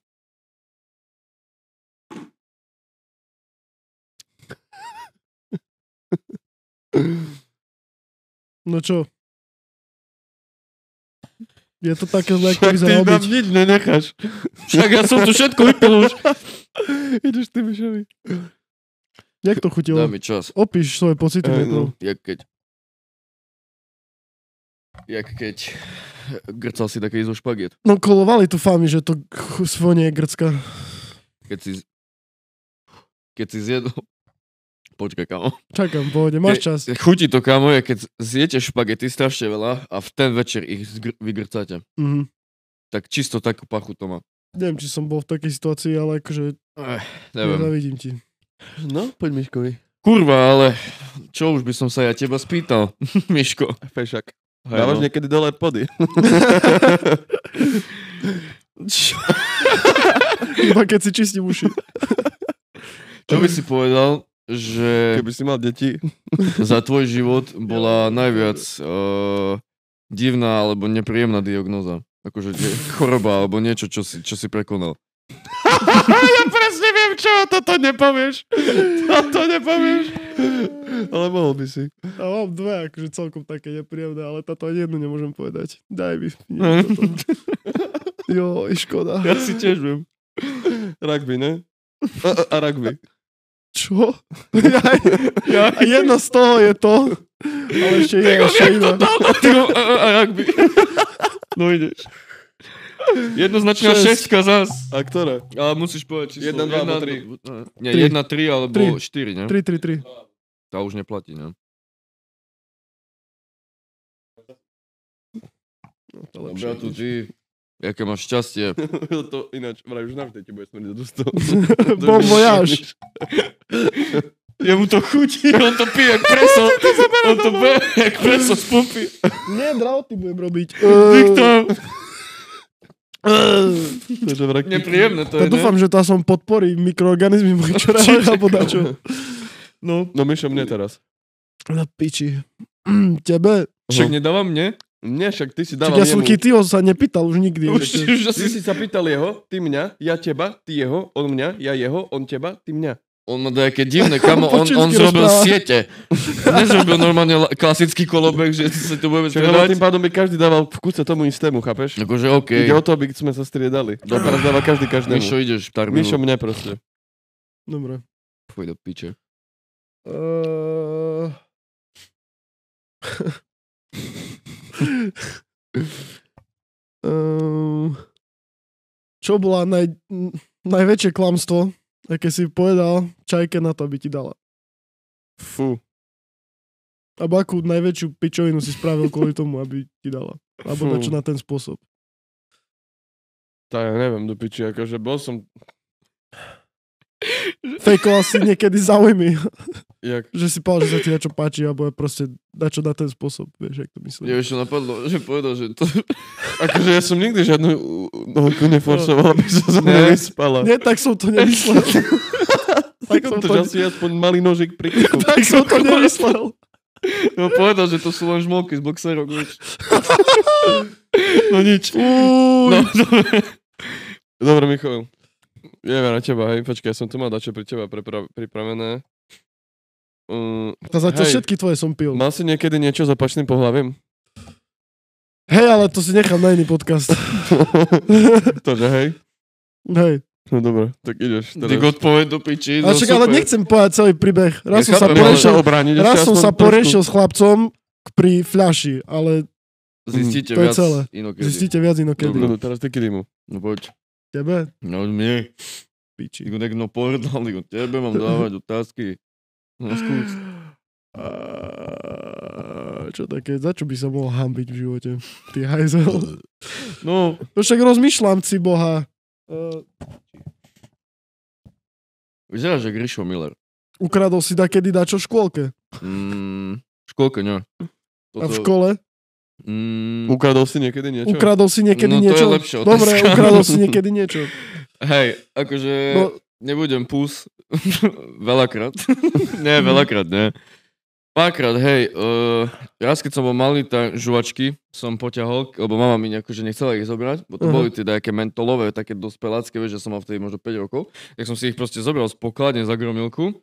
Speaker 1: No čo? Je to také zlé, ako
Speaker 3: Však ty
Speaker 1: vyzerá
Speaker 3: nám
Speaker 1: obyť.
Speaker 3: nič nenecháš.
Speaker 4: Tak ja som tu všetko vypil už.
Speaker 3: Ideš ty myšovi.
Speaker 1: Jak to chutilo?
Speaker 4: Daj mi čas.
Speaker 1: Opíš svoje pocity.
Speaker 3: Aj,
Speaker 1: najprv.
Speaker 4: Jak keď... Jak keď... Grcal si taký zo špagiet.
Speaker 1: No kolovali tu famy, že to ch- svonie grcka.
Speaker 4: Keď si... z- Keď si zjedol... Počkaj, kamo.
Speaker 1: Čakám, pohode, máš
Speaker 4: Ke-
Speaker 1: čas.
Speaker 4: Chutí to, kamo, je keď zjete špagety strašne veľa a v ten večer ich zgr- vygrcáte.
Speaker 1: Mhm.
Speaker 4: Tak čisto takú pachu to má.
Speaker 1: Neviem, či som bol v takej situácii, ale akože
Speaker 4: Ech, neviem.
Speaker 1: nevidím ti.
Speaker 3: No, poď Miškovi.
Speaker 4: Kurva, ale čo už by som sa ja teba spýtal, Miško.
Speaker 3: Fešak.
Speaker 4: Hej,
Speaker 3: Dávaš
Speaker 4: no.
Speaker 3: niekedy dole pody.
Speaker 4: čo,
Speaker 1: Iba keď si čistím uši.
Speaker 4: čo by si povedal, že...
Speaker 3: Keby si mal deti,
Speaker 4: za tvoj život bola najviac uh, divná alebo nepríjemná diagnoza. Akože die- choroba alebo niečo, čo si, čo si prekonal.
Speaker 3: ja presne viem, čo toto nepovieš. Toto nepovieš. Ale mohol by si.
Speaker 1: A mám dve, akože celkom také nepríjemné, ale táto ani jednu nemôžem povedať. Daj mi.
Speaker 4: Hm.
Speaker 1: Nie, toto. jo, škoda.
Speaker 4: Ja si tiež viem.
Speaker 3: Rugby, ne? A, a, a rugby.
Speaker 1: Čo? Jaj. A jedno z toho je to. Ale ešte je, ešte iné.
Speaker 4: Ty, ho- a, a, a rugby. No ideš. Jednoznačná
Speaker 1: Šesť.
Speaker 4: šestka zas.
Speaker 3: A ktoré?
Speaker 4: A musíš povedať číslo.
Speaker 3: Jedna, dva alebo tri.
Speaker 4: Nie,
Speaker 1: Tri.
Speaker 4: jedna, tri alebo
Speaker 1: Tri.
Speaker 4: štyri, ne?
Speaker 1: 3, 3, 3.
Speaker 4: Tá už neplatí, ne? Dobre, tu ty. Jaké máš šťastie.
Speaker 3: No to ináč, vraj už navždy ti bude smrť do toho.
Speaker 1: Bon voyage.
Speaker 4: Ja mu to chutí, on to pije jak preso. on to pije jak preso z pumpy.
Speaker 1: Nie, drauty budem robiť.
Speaker 4: Nikto.
Speaker 3: Takže vraj...
Speaker 4: Nepríjemné to je,
Speaker 1: Ja dúfam, že to som podporí mikroorganizmy môj čo reagujú, alebo dačo. No,
Speaker 3: No Mišo, mne teraz.
Speaker 1: na piči. Mm, Tebe?
Speaker 4: Však nedávam mne?
Speaker 3: Nie, však ty si
Speaker 1: Čak
Speaker 3: dával
Speaker 1: ja som
Speaker 3: jemu.
Speaker 1: Kittyho sa nepýtal už nikdy.
Speaker 4: Už,
Speaker 1: Ešte.
Speaker 4: už
Speaker 3: Ty
Speaker 4: asi...
Speaker 3: si sa pýtal jeho, ty mňa, ja teba, ty jeho, on mňa, ja jeho, on teba, ty mňa.
Speaker 4: On má nejaké divné, kamo, on,
Speaker 1: Počínsky
Speaker 4: on zrobil
Speaker 1: rozpráva.
Speaker 4: siete. Nezrobil normálne la- klasický kolobek, že sa tu budeme
Speaker 3: Čiže ale tým
Speaker 4: stredovať.
Speaker 3: pádom by každý dával v kúce tomu istému, chápeš?
Speaker 4: Akože
Speaker 3: Okay. Ide o
Speaker 4: okej.
Speaker 3: to, aby sme sa striedali. To teraz dáva každý každému.
Speaker 4: Mišo, ideš, ptar
Speaker 3: Mišo
Speaker 4: minú.
Speaker 3: mne proste.
Speaker 1: Dobre.
Speaker 4: Poj do piče.
Speaker 1: Uh... um... Čo bola naj... n- najväčšie klamstvo, aké si povedal čajke na to, aby ti dala?
Speaker 3: Fú.
Speaker 1: A akú najväčšiu pičovinu si spravil kvôli tomu, aby ti dala?
Speaker 3: Fú.
Speaker 1: Alebo na čo na ten spôsob?
Speaker 3: Tá, ja neviem, do piči, akože bol som...
Speaker 1: Fejkoval si niekedy záujmy.
Speaker 3: Jak?
Speaker 1: Že si povedal, že sa ti na čo páči, alebo je proste na čo na ten spôsob, vieš, jak to myslím.
Speaker 4: Mne už napadlo, že povedal, že to...
Speaker 3: Akože ja som nikdy žiadnu nohku neforsoval, aby sa zo mňa
Speaker 4: Ne.
Speaker 3: vyspala.
Speaker 1: Nie, tak som to nemyslel. tak, som
Speaker 3: to,
Speaker 1: to,
Speaker 3: že asi aspoň malý nožik pri krku.
Speaker 1: tak som to nemyslel.
Speaker 4: No, povedal, že to sú len žmolky z boxerok. vieš.
Speaker 3: No nič.
Speaker 1: Uj,
Speaker 4: No,
Speaker 1: no.
Speaker 3: Dobre, Michal. Ideme na teba, hej. Počkaj, ja som tu mal dačo pri teba pripra- pripravené. Um,
Speaker 1: To zatiaľ
Speaker 3: Hej.
Speaker 1: všetky tvoje som pil.
Speaker 4: No.
Speaker 3: mal si niekedy niečo s opačným pohľavím?
Speaker 1: Hej, ale to si nechám na iný podcast.
Speaker 3: to, že hej?
Speaker 1: Hej.
Speaker 3: No dobre, tak ideš teraz.
Speaker 4: Ty odpoveď do piči.
Speaker 1: A
Speaker 4: no,
Speaker 1: však, ale
Speaker 4: super.
Speaker 1: nechcem povedať celý príbeh. Raz som
Speaker 4: Ja
Speaker 1: sa
Speaker 4: chápem, ale-
Speaker 1: porešil,
Speaker 3: obrániť.
Speaker 1: raz
Speaker 3: ešte aspoň
Speaker 1: som sa
Speaker 3: trošku.
Speaker 1: porešil s chlapcom k- pri fľaši, ale
Speaker 4: Zistíte
Speaker 1: Mm, to je
Speaker 4: viac
Speaker 1: celé.
Speaker 4: inokedy.
Speaker 1: zistíte viac
Speaker 3: Dobre,
Speaker 1: inokedy.
Speaker 3: no teraz ty kedy mu.
Speaker 4: No poď.
Speaker 1: Tebe?
Speaker 4: No mne.
Speaker 1: Piči.
Speaker 4: Igo tak no povedal, Igo tebe mám dávať otázky. No skús.
Speaker 1: A... Čo také, za čo by sa mohol hambiť v živote? Ty hajzel.
Speaker 3: No,
Speaker 1: No však rozmýšľam, si boha. Uh,
Speaker 4: Vyzeráš, že Grisho Miller.
Speaker 1: ukradol si dakedy dačo v škôlke.
Speaker 4: Mm, v škôlke, ne?
Speaker 1: A v škole?
Speaker 4: Mm,
Speaker 3: ukradol si niekedy niečo?
Speaker 1: Ukradol si niekedy
Speaker 4: No to je
Speaker 1: niečo?
Speaker 4: lepšia otázka.
Speaker 1: Dobre, ukradol si niekedy niečo.
Speaker 4: hej, akože
Speaker 1: No,
Speaker 4: nebudem pus. veľakrát. nie, veľakrát, nie. Párkrát, hej, uh, raz keď som bol malý, tak žuvačky som poťahol, lebo mama mi akože nechcela ich zobrať, bo to
Speaker 1: Aha.
Speaker 4: boli tie nejaké mentolové, také dospelácké, vieš, že som mal vtedy možno 5 rokov, tak som si ich proste zobral z pokladne za gromilku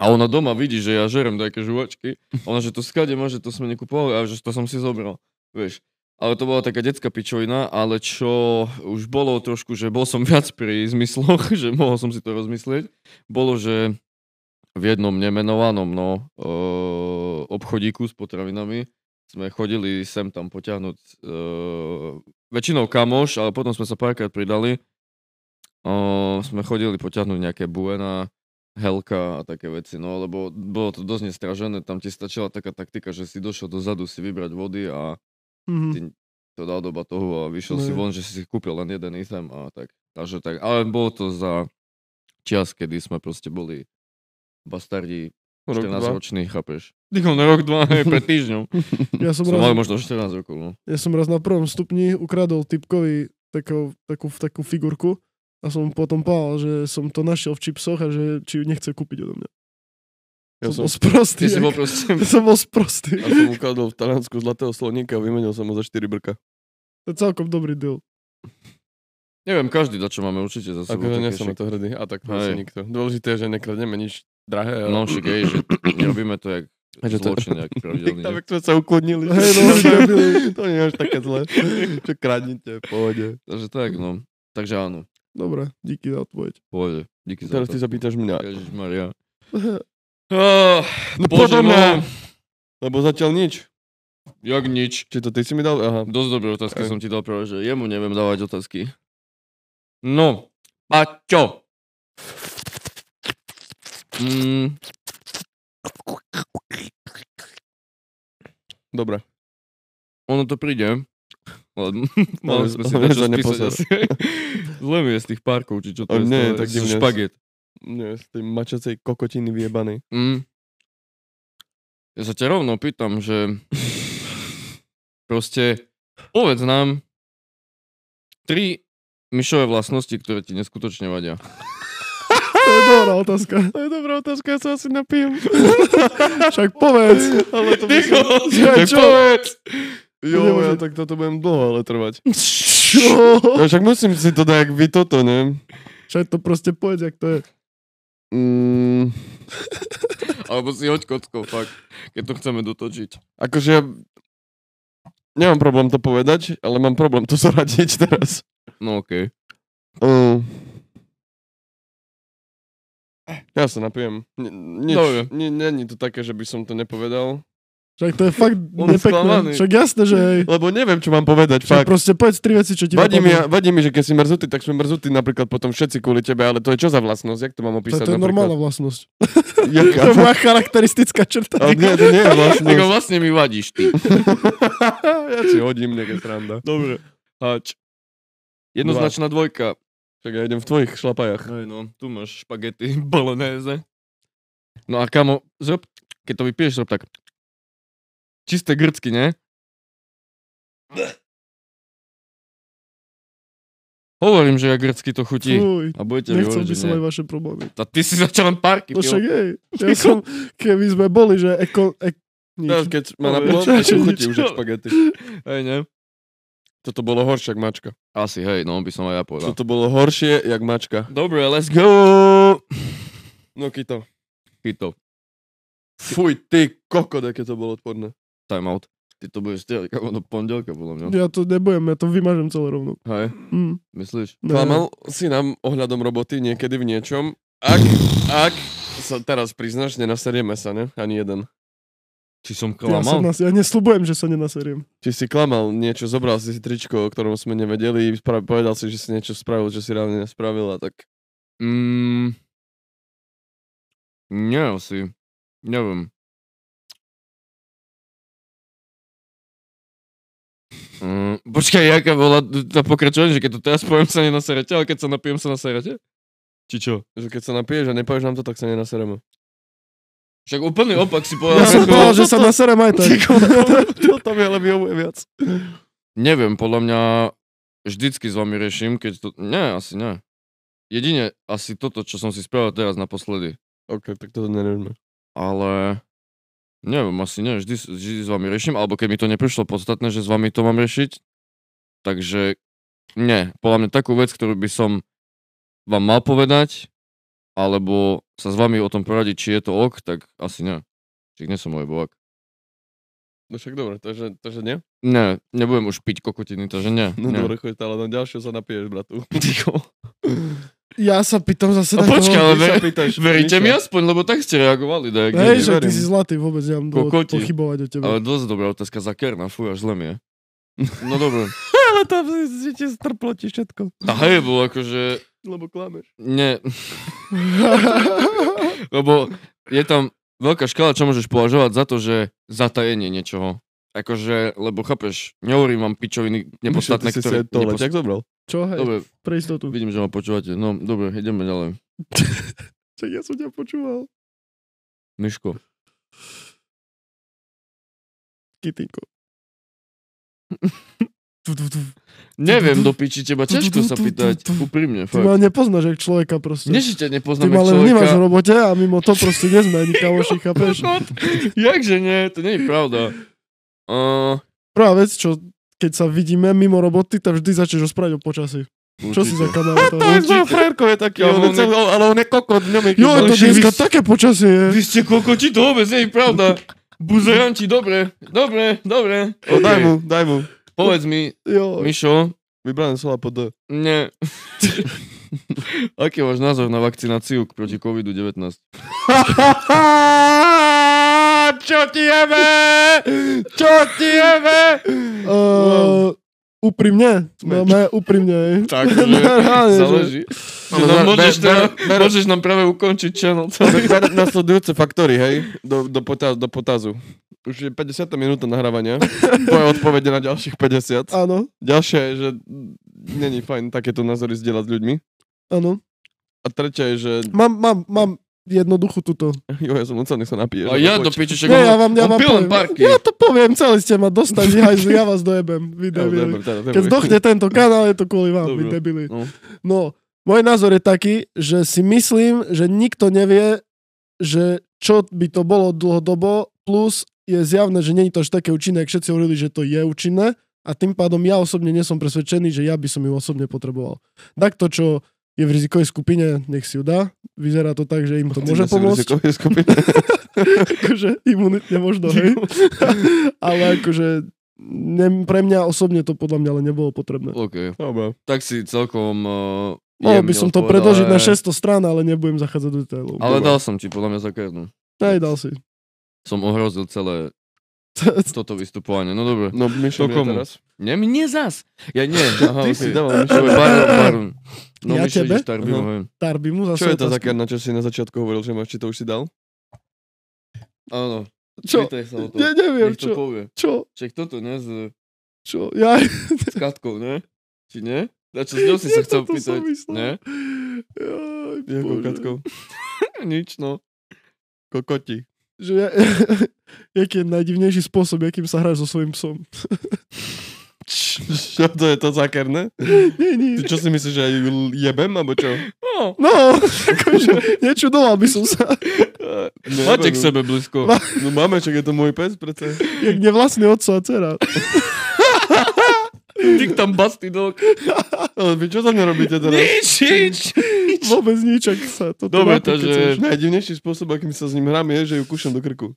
Speaker 4: a ona doma vidí, že ja žerem nejaké žuvačky. A Ona, že to skade má, že to sme nekupovali a že to som si zobral, vieš. Ale to bola taká detská pičovina, ale čo už bolo trošku, že bol som viac pri zmysloch, že mohol som si to rozmyslieť, bolo, že v jednom nemenovanom no, e, obchodíku s potravinami sme chodili sem tam potiahnuť e, väčšinou kamoš, ale potom sme sa párkrát pridali. E, sme chodili potiahnuť nejaké buena, helka a také veci, no lebo bolo to dosť nestražené, tam ti stačila taká taktika, že si došiel dozadu si vybrať vody a
Speaker 1: mhm.
Speaker 4: to dal do batohu a vyšiel
Speaker 1: No
Speaker 4: si
Speaker 1: je.
Speaker 4: von, že si kúpil len jeden item a tak. Takže tak, ale bolo to za čas, kedy sme proste boli bastardi
Speaker 3: Rok, dva.
Speaker 4: 14 roční, chápeš? Dikom na rok, dva, hej, pred týždňom.
Speaker 1: Ja som
Speaker 4: Som
Speaker 1: raz
Speaker 4: mal možno 14 rokov, no.
Speaker 1: Ja som raz na prvom stupni ukradol typkovi takú, takú, takú figurku a som mu potom povedal, že som to našiel v čipsoch a že či ju nechce kúpiť odo mňa.
Speaker 3: Ja som,
Speaker 1: som, bol sprostý.
Speaker 4: Ty si
Speaker 1: jak-
Speaker 4: bol proste...
Speaker 1: Ja som bol
Speaker 3: ja
Speaker 1: sprostý.
Speaker 3: som ukradol v Taliansku zlatého sloníka a vymenil som ho za 4 brka.
Speaker 1: To je celkom dobrý deal.
Speaker 4: Neviem, každý za čo máme určite za sebou.
Speaker 3: Akože
Speaker 4: také
Speaker 3: nie som na
Speaker 4: však-
Speaker 3: to hrdý. A tak to
Speaker 4: Hej.
Speaker 3: asi nikto. Dôležité je, že nekradneme nič drahé.
Speaker 4: No, však hej, že nerobíme to jak
Speaker 3: A že to-
Speaker 4: zločin, jak pravidelný.
Speaker 3: Tak sme sa uklodnili.
Speaker 1: Hej, no, že debili.
Speaker 3: to nie je až také zlé. Čo kradnite, v pohode.
Speaker 4: Takže tak, no. Takže áno,
Speaker 1: Dobre, díky za odpoveď.
Speaker 4: pohode. Díky za
Speaker 3: Teraz ty
Speaker 4: to.
Speaker 3: sa pýtaš mňa.
Speaker 4: Ježišmaria.
Speaker 3: No
Speaker 4: Bože,
Speaker 3: podľa
Speaker 4: no.
Speaker 3: mňa. Lebo zatiaľ nič.
Speaker 4: Jak nič.
Speaker 3: Či to ty si mi dal? Aha.
Speaker 4: Dosť dobré otázky
Speaker 3: Aj.
Speaker 4: som ti dal práve, že jemu neviem dávať otázky. No, Paťo. Mm,
Speaker 3: Dobre.
Speaker 4: ono to príde. Ale
Speaker 3: Ale-
Speaker 4: Mali sme si
Speaker 3: ale za
Speaker 4: dačo spísať
Speaker 3: nepozor.
Speaker 4: asi. Zle mi je z tých parkov, či čo to
Speaker 3: Ale
Speaker 4: je.
Speaker 3: nie,
Speaker 4: z toho-
Speaker 3: tak
Speaker 4: z
Speaker 3: divne.
Speaker 4: Špaget.
Speaker 3: Nie, z tej mačacej kokotiny vyjebanej.
Speaker 4: Mm. Ja sa ťa rovno pýtam, že proste povedz nám tri myšové vlastnosti, ktoré ti neskutočne vadia.
Speaker 1: To je dobrá otázka.
Speaker 3: To je dobrá otázka, ja sa asi napijem.
Speaker 1: Však povedz.
Speaker 3: ale to
Speaker 4: Ticho,
Speaker 1: Ja čo?
Speaker 3: Jo, ja
Speaker 1: Nemôžem.
Speaker 3: tak toto budem dlho ale trvať.
Speaker 1: Čo?
Speaker 3: No však musím si to dať, jak vy toto, ne?
Speaker 1: Však to proste povedz, jak to je.
Speaker 3: Mm,
Speaker 4: Alebo si hoď kockou, fakt, keď to chceme dotočiť.
Speaker 3: akože ja... Nemám problém to povedať, ale mám problém to zoradiť teraz.
Speaker 4: No okej.
Speaker 3: Mm. Ja sa napijem. N- nič,
Speaker 4: Dobre.
Speaker 3: ni- Není to také, že by som to nepovedal.
Speaker 1: Však to je fakt
Speaker 4: On sklamaný.
Speaker 1: nepekné. Však jasné, že hej.
Speaker 3: Lebo neviem, čo mám povedať,
Speaker 1: Však
Speaker 3: fakt.
Speaker 1: proste povedz tri veci, čo ti
Speaker 3: Vadí mi,
Speaker 1: napadlo.
Speaker 3: vadí mi, že keď si mrzutý, tak sme mrzutí napríklad potom všetci kvôli tebe, ale to je čo za vlastnosť? Jak to mám
Speaker 1: To,
Speaker 3: opísať?
Speaker 1: to je normálna vlastnosť. To je
Speaker 3: Jaká?
Speaker 1: moja charakteristická črta.
Speaker 3: Ale nie, to nie je vlastnosť.
Speaker 4: Ako vlastne mi vadíš, ty.
Speaker 3: ja si hodím nejaké sranda.
Speaker 4: Dobre. Hač. Jednoznačná dvojka.
Speaker 3: Čak ja idem v tvojich šlapajach.
Speaker 4: Hej no, tu máš špagety bolognese. No a kamo, zrob, keď to vypiješ, zrob tak. Čisté grcky, ne? Hovorím, že ja grcky to chutí.
Speaker 1: Fuj,
Speaker 4: A budete mi
Speaker 1: nechcel
Speaker 4: hovoriť,
Speaker 1: by
Speaker 4: že
Speaker 1: som
Speaker 4: nie.
Speaker 1: aj vaše problémy.
Speaker 4: A ty si začal len parky,
Speaker 1: No však
Speaker 4: pil.
Speaker 1: jej, ja som, keby sme boli, že eko, ek,
Speaker 3: Teraz
Speaker 1: nič.
Speaker 3: keď ma
Speaker 4: No,
Speaker 3: napilo,
Speaker 1: čo,
Speaker 3: tak
Speaker 1: čo,
Speaker 3: chutí
Speaker 1: čo?
Speaker 3: už jak špagety.
Speaker 4: Hej, ne?
Speaker 3: Toto bolo horšie, jak mačka.
Speaker 4: Asi, hej, no by som aj ja povedal.
Speaker 3: Toto bolo horšie, jak mačka.
Speaker 4: Dobre, let's go!
Speaker 3: No kito.
Speaker 4: Chytov,
Speaker 3: Fuj, ty kokot, aké to bolo odporné.
Speaker 4: time out. Ty to budeš strieľať ako do pondelka, podľa mňa.
Speaker 1: Ja to nebudem, ja to vymažem celé rovno.
Speaker 4: no. Hej,
Speaker 1: Mm,
Speaker 4: myslíš?
Speaker 1: ne.
Speaker 3: Klamal si nám ohľadom roboty niekedy v niečom. Ak, ak sa teraz priznaš, nenaserieme sa, ne? Ani jeden.
Speaker 4: Či som
Speaker 1: Ja, sa
Speaker 4: klamal?
Speaker 1: nas, ja nesľubujem, že sa nenaseriem.
Speaker 3: Či si klamal niečo, zobral si si tričko, o ktorom sme nevedeli, spra- povedal si, že si niečo spravil, čo si reálne nespravil a tak...
Speaker 4: Mm, nie, asi. Neviem. Mm, počkaj, jaká bola t- tá pokračovanie, že keď to teraz poviem, sa nenaserete, ale keď sa napijem, sa naserete? Či čo?
Speaker 3: Že keď sa napiješ a nepovieš nám to, tak sa nenasereme.
Speaker 4: Však úplný opak si povedal.
Speaker 1: Ja som
Speaker 4: že-
Speaker 1: povedal, že sa naserem aj tak.
Speaker 3: to tam je, ale vyhovuje viac.
Speaker 4: Neviem, podľa mňa vždycky s vami riešim, keď to... Nie, asi nie. Jedine asi toto, čo som si spravil teraz naposledy.
Speaker 3: OK, tak to nerobíme.
Speaker 4: ale neviem, asi nie, vždy, vždy s vami riešim, alebo keď mi to neprišlo podstatné, že s vami to mám riešiť, takže nie, podľa mňa takú vec, ktorú by som vám mal povedať, alebo sa s vami o tom poradiť, či je to ok, tak asi nie. Čiže nie som lojbovak.
Speaker 3: No však dobre, takže, takže nie?
Speaker 4: Nie, nebudem už piť kokotiny, takže nie.
Speaker 3: No
Speaker 4: nie.
Speaker 3: dobre, choď, ale na ďalšieho sa napiješ, bratu.
Speaker 1: Ja sa pýtam zase
Speaker 4: A
Speaker 1: na
Speaker 4: počkaj, ale
Speaker 1: koho-
Speaker 3: Ty sa
Speaker 4: ver,
Speaker 3: pýtaš,
Speaker 4: veríte mi
Speaker 3: Mišo?
Speaker 4: aspoň, lebo tak ste reagovali. Dajak,
Speaker 1: Hej,
Speaker 3: ti
Speaker 1: že ty
Speaker 3: verím.
Speaker 1: si zlatý, vôbec nemám dôvod
Speaker 4: Kokoti.
Speaker 1: pochybovať o tebe.
Speaker 4: ale dosť dobrá otázka za Kerna, fuj, až zle mi je. No dobre.
Speaker 3: Ale tam si ti strplo ti všetko.
Speaker 4: A hej, bol akože...
Speaker 3: Lebo klameš.
Speaker 4: Nie, Lebo je tam veľká škála, čo môžeš považovať za to, že zatajenie niečoho. Akože, lebo chápeš, nehovorím vám pičoviny nepodstatné,
Speaker 3: Mišo, ty si si
Speaker 4: ktoré...
Speaker 3: aj to
Speaker 4: nepodst-
Speaker 3: leťak zobral.
Speaker 1: Čo, hej,
Speaker 4: Dobre,
Speaker 1: pre istotu.
Speaker 4: vidím, že ma počúvate. No, dobre, ideme ďalej.
Speaker 1: Čak, ja som ťa počúval.
Speaker 4: Miško.
Speaker 1: Kitýko.
Speaker 4: Neviem do piči teba, ťažko sa pýtať. Úprimne,
Speaker 1: Ty ma
Speaker 4: fakt.
Speaker 1: nepoznáš jak človeka proste.
Speaker 4: Nie, že ťa
Speaker 1: Ty
Speaker 4: nepoznáme
Speaker 1: ma len vnímaš v
Speaker 4: človeka.
Speaker 1: robote a mimo to proste nie sme ani kamoši, chápeš?
Speaker 4: Jakže nie, to nie je pravda. Uh,
Speaker 1: Prvá vec, čo keď sa vidíme mimo roboty, tak vždy začneš rozprávať o počasí. Čo si za kamaráta?
Speaker 3: moja frajerko je taký,
Speaker 4: ale on je
Speaker 3: celý, ale on je kokot, ňom je
Speaker 1: Jo, to
Speaker 4: Ale že
Speaker 1: dneska
Speaker 4: vy-
Speaker 1: také počasie je.
Speaker 4: Vy ste kokoti, to vôbec nie je pravda. Buzeranti, dobre, dobre, dobre.
Speaker 3: No, Daj mu, daj mu.
Speaker 4: Povedz mi,
Speaker 1: Jo,
Speaker 4: Mišo,
Speaker 3: Vybrané slova pod D.
Speaker 4: Nie. Aký máš názor na vakcináciu proti COVID-19?
Speaker 3: Čo ti jebe? Čo ti jebe?
Speaker 1: eh, úprimne, máme úprimne. hej.
Speaker 4: Takže
Speaker 1: Reálne, že-
Speaker 4: záleží. Že
Speaker 3: Ale
Speaker 4: nám
Speaker 3: No, ber-
Speaker 4: môžeš,
Speaker 3: ber-
Speaker 4: teda,
Speaker 3: ber-
Speaker 4: môžeš nám práve ukončiť channel.
Speaker 3: Nasledujúce faktory, hej? Do, do, pota, do potazu. Už je 50. minúta nahrávania. Tvoje odpovede na ďalších 50.
Speaker 1: Áno,
Speaker 3: Ďalšia je, že není fajn takéto názory zdieľať s ľuďmi.
Speaker 1: áno.
Speaker 3: A tretia je, že
Speaker 1: Mám, mám, mám jednoduchú túto.
Speaker 3: jo, ja som moc nech sa napiješ.
Speaker 4: A ja
Speaker 3: Poď.
Speaker 4: do piči, čo
Speaker 1: Nie, ja vám, ja
Speaker 4: on
Speaker 1: vám
Speaker 4: pil len
Speaker 1: poviem.
Speaker 4: parky.
Speaker 1: Ja to poviem, celý ste ma dostali, hajzli, ja vás dojebem, vy
Speaker 3: Ja,
Speaker 1: debili.
Speaker 3: dobre,
Speaker 4: teda
Speaker 3: teraz
Speaker 1: Keď
Speaker 3: neboj.
Speaker 1: zdochne tento kanál, je to kvôli vám, vy
Speaker 3: Dobre.
Speaker 1: debili.
Speaker 3: No.
Speaker 1: No, môj názor je taký, že si myslím, že nikto nevie, že čo by to bolo dlhodobo, plus je zjavné, že nie je to až také účinné, ak všetci hovorili, že to je účinné a tým pádom ja osobne nie som presvedčený, že ja by som ju osobne potreboval. Tak to, čo je v rizikovej skupine, nech si ju dá. Vyzerá to tak, že im to
Speaker 3: Ty
Speaker 1: môže
Speaker 3: si v
Speaker 1: pomôcť.
Speaker 3: rizikovej skupine.
Speaker 1: akože imunitne možno, hej. ale akože ne, pre mňa osobne to podľa mňa ale nebolo potrebné.
Speaker 4: OK,
Speaker 3: Dobre.
Speaker 4: tak si celkom... Uh,
Speaker 1: Mohol
Speaker 4: jemne
Speaker 1: by som to
Speaker 4: odpovedal,
Speaker 1: predložiť na
Speaker 4: ale-
Speaker 1: 600 strán, ale nebudem zachádzať do detailov.
Speaker 4: Ale dal som ti, podľa mňa za každú.
Speaker 1: Aj dal si.
Speaker 4: Som ohrozil celé toto vystupovanie. No dobre.
Speaker 3: No, Mišo,
Speaker 4: To komu?
Speaker 3: mne teraz.
Speaker 4: Nie, mne zas. Ja nie. no, Aha,
Speaker 3: Ty
Speaker 4: okay.
Speaker 3: si dával
Speaker 4: Mišovi, pardon, pardon. No,
Speaker 1: Ja
Speaker 4: Mišo,
Speaker 1: tebe?
Speaker 4: ideš Tarbimu,
Speaker 3: Aha.
Speaker 4: hej.
Speaker 1: Tarby mu zase
Speaker 3: Čo je to za
Speaker 1: otázky.
Speaker 3: kerna, čo si na začiatku hovoril, že máš, či to už si dal?
Speaker 4: Áno.
Speaker 1: Čo?
Speaker 4: Pýtaj sa o to.
Speaker 1: Ja neviem,
Speaker 4: Nech to
Speaker 1: čo,
Speaker 4: povie.
Speaker 1: čo,
Speaker 4: Však toto, ne? S,
Speaker 1: čo, ja,
Speaker 4: s Katkou, ne? Či ne? A čo s ňou si sa
Speaker 1: Ja
Speaker 4: chcel
Speaker 1: toto som
Speaker 4: pýtať?
Speaker 1: myslel.
Speaker 4: Ne?
Speaker 1: Jaj,
Speaker 3: Jakou
Speaker 1: bože.
Speaker 3: katkou?
Speaker 4: Nič, no.
Speaker 3: kokoti.
Speaker 1: Že ja, jaký je najdivnejší spôsob, akým sa hráš so svojím psom.
Speaker 3: Čo to je to zakerné?
Speaker 1: Nie, nie.
Speaker 3: Ty čo si myslíš, že aj ju jebem, alebo čo?
Speaker 4: No,
Speaker 1: No, akože nečudoval by som sa,
Speaker 3: Ne,
Speaker 4: máte
Speaker 3: no,
Speaker 4: k sebe blízko.
Speaker 1: Ma-
Speaker 3: No máme, čak je to môj pes, preto.
Speaker 1: jak nevlastný otco a dcera.
Speaker 4: Ty tam bastý dok.
Speaker 3: Ale vy čo za mňa robíte teraz?
Speaker 4: Nič, nič.
Speaker 1: Vôbec nič, ak sa to
Speaker 4: Dobre,
Speaker 1: to
Speaker 4: takže-
Speaker 1: napíkať, vieš.
Speaker 3: Najdivnejší spôsob, akým sa s ním hrám, je, že ju kúšam do krku.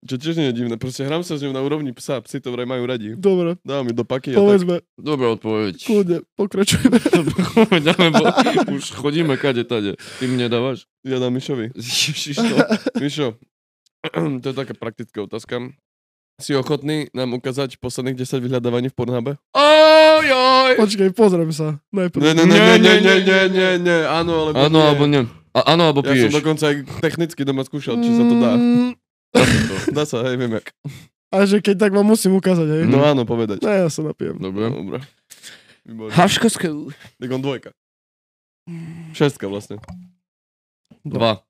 Speaker 3: Čo tiež nie je divné, proste hrám sa s ním na úrovni psa, psi to vraj majú radi.
Speaker 1: Dobre,
Speaker 3: Dávam mi do paky a tak.
Speaker 1: povedzme,
Speaker 4: Dobrá odpoveď.
Speaker 1: kľudne, pokračujeme.
Speaker 4: Chuť, lebo už chodíme kade tade. Ty mne dávaš?
Speaker 3: Ja dám Mišovi.
Speaker 4: Ježiš, to.
Speaker 3: Mišo, to je taká praktická otázka. Si ochotný nám ukázať posledných 10 vyhľadávaní v Pornhube?
Speaker 4: Oj, oj.
Speaker 1: Počkej, pozriem sa.
Speaker 3: Ne,
Speaker 1: Najprv.
Speaker 3: ne, ne,
Speaker 4: Nie,
Speaker 3: ne,
Speaker 4: nie,
Speaker 3: ne,
Speaker 4: nie,
Speaker 3: ne, ne, ne, ne, áno, alebo
Speaker 4: Áno,
Speaker 3: nie.
Speaker 4: alebo no, nie. A, no, áno, alebo
Speaker 3: Ja som
Speaker 4: piješ.
Speaker 3: dokonca aj technicky doma skúšal, či sa to dá.
Speaker 1: Mm,
Speaker 4: Dá sa to.
Speaker 3: Dá sa, hej, viem jak.
Speaker 1: A že keď tak vám musím ukázať, hej?
Speaker 3: No áno, povedať.
Speaker 1: Ne, ja sa napijem.
Speaker 4: Dobre.
Speaker 3: Dobre. Výborne.
Speaker 4: Haškovskou.
Speaker 3: Tak on dvojka.
Speaker 1: Mm.
Speaker 3: Šestka vlastne.
Speaker 4: Dva.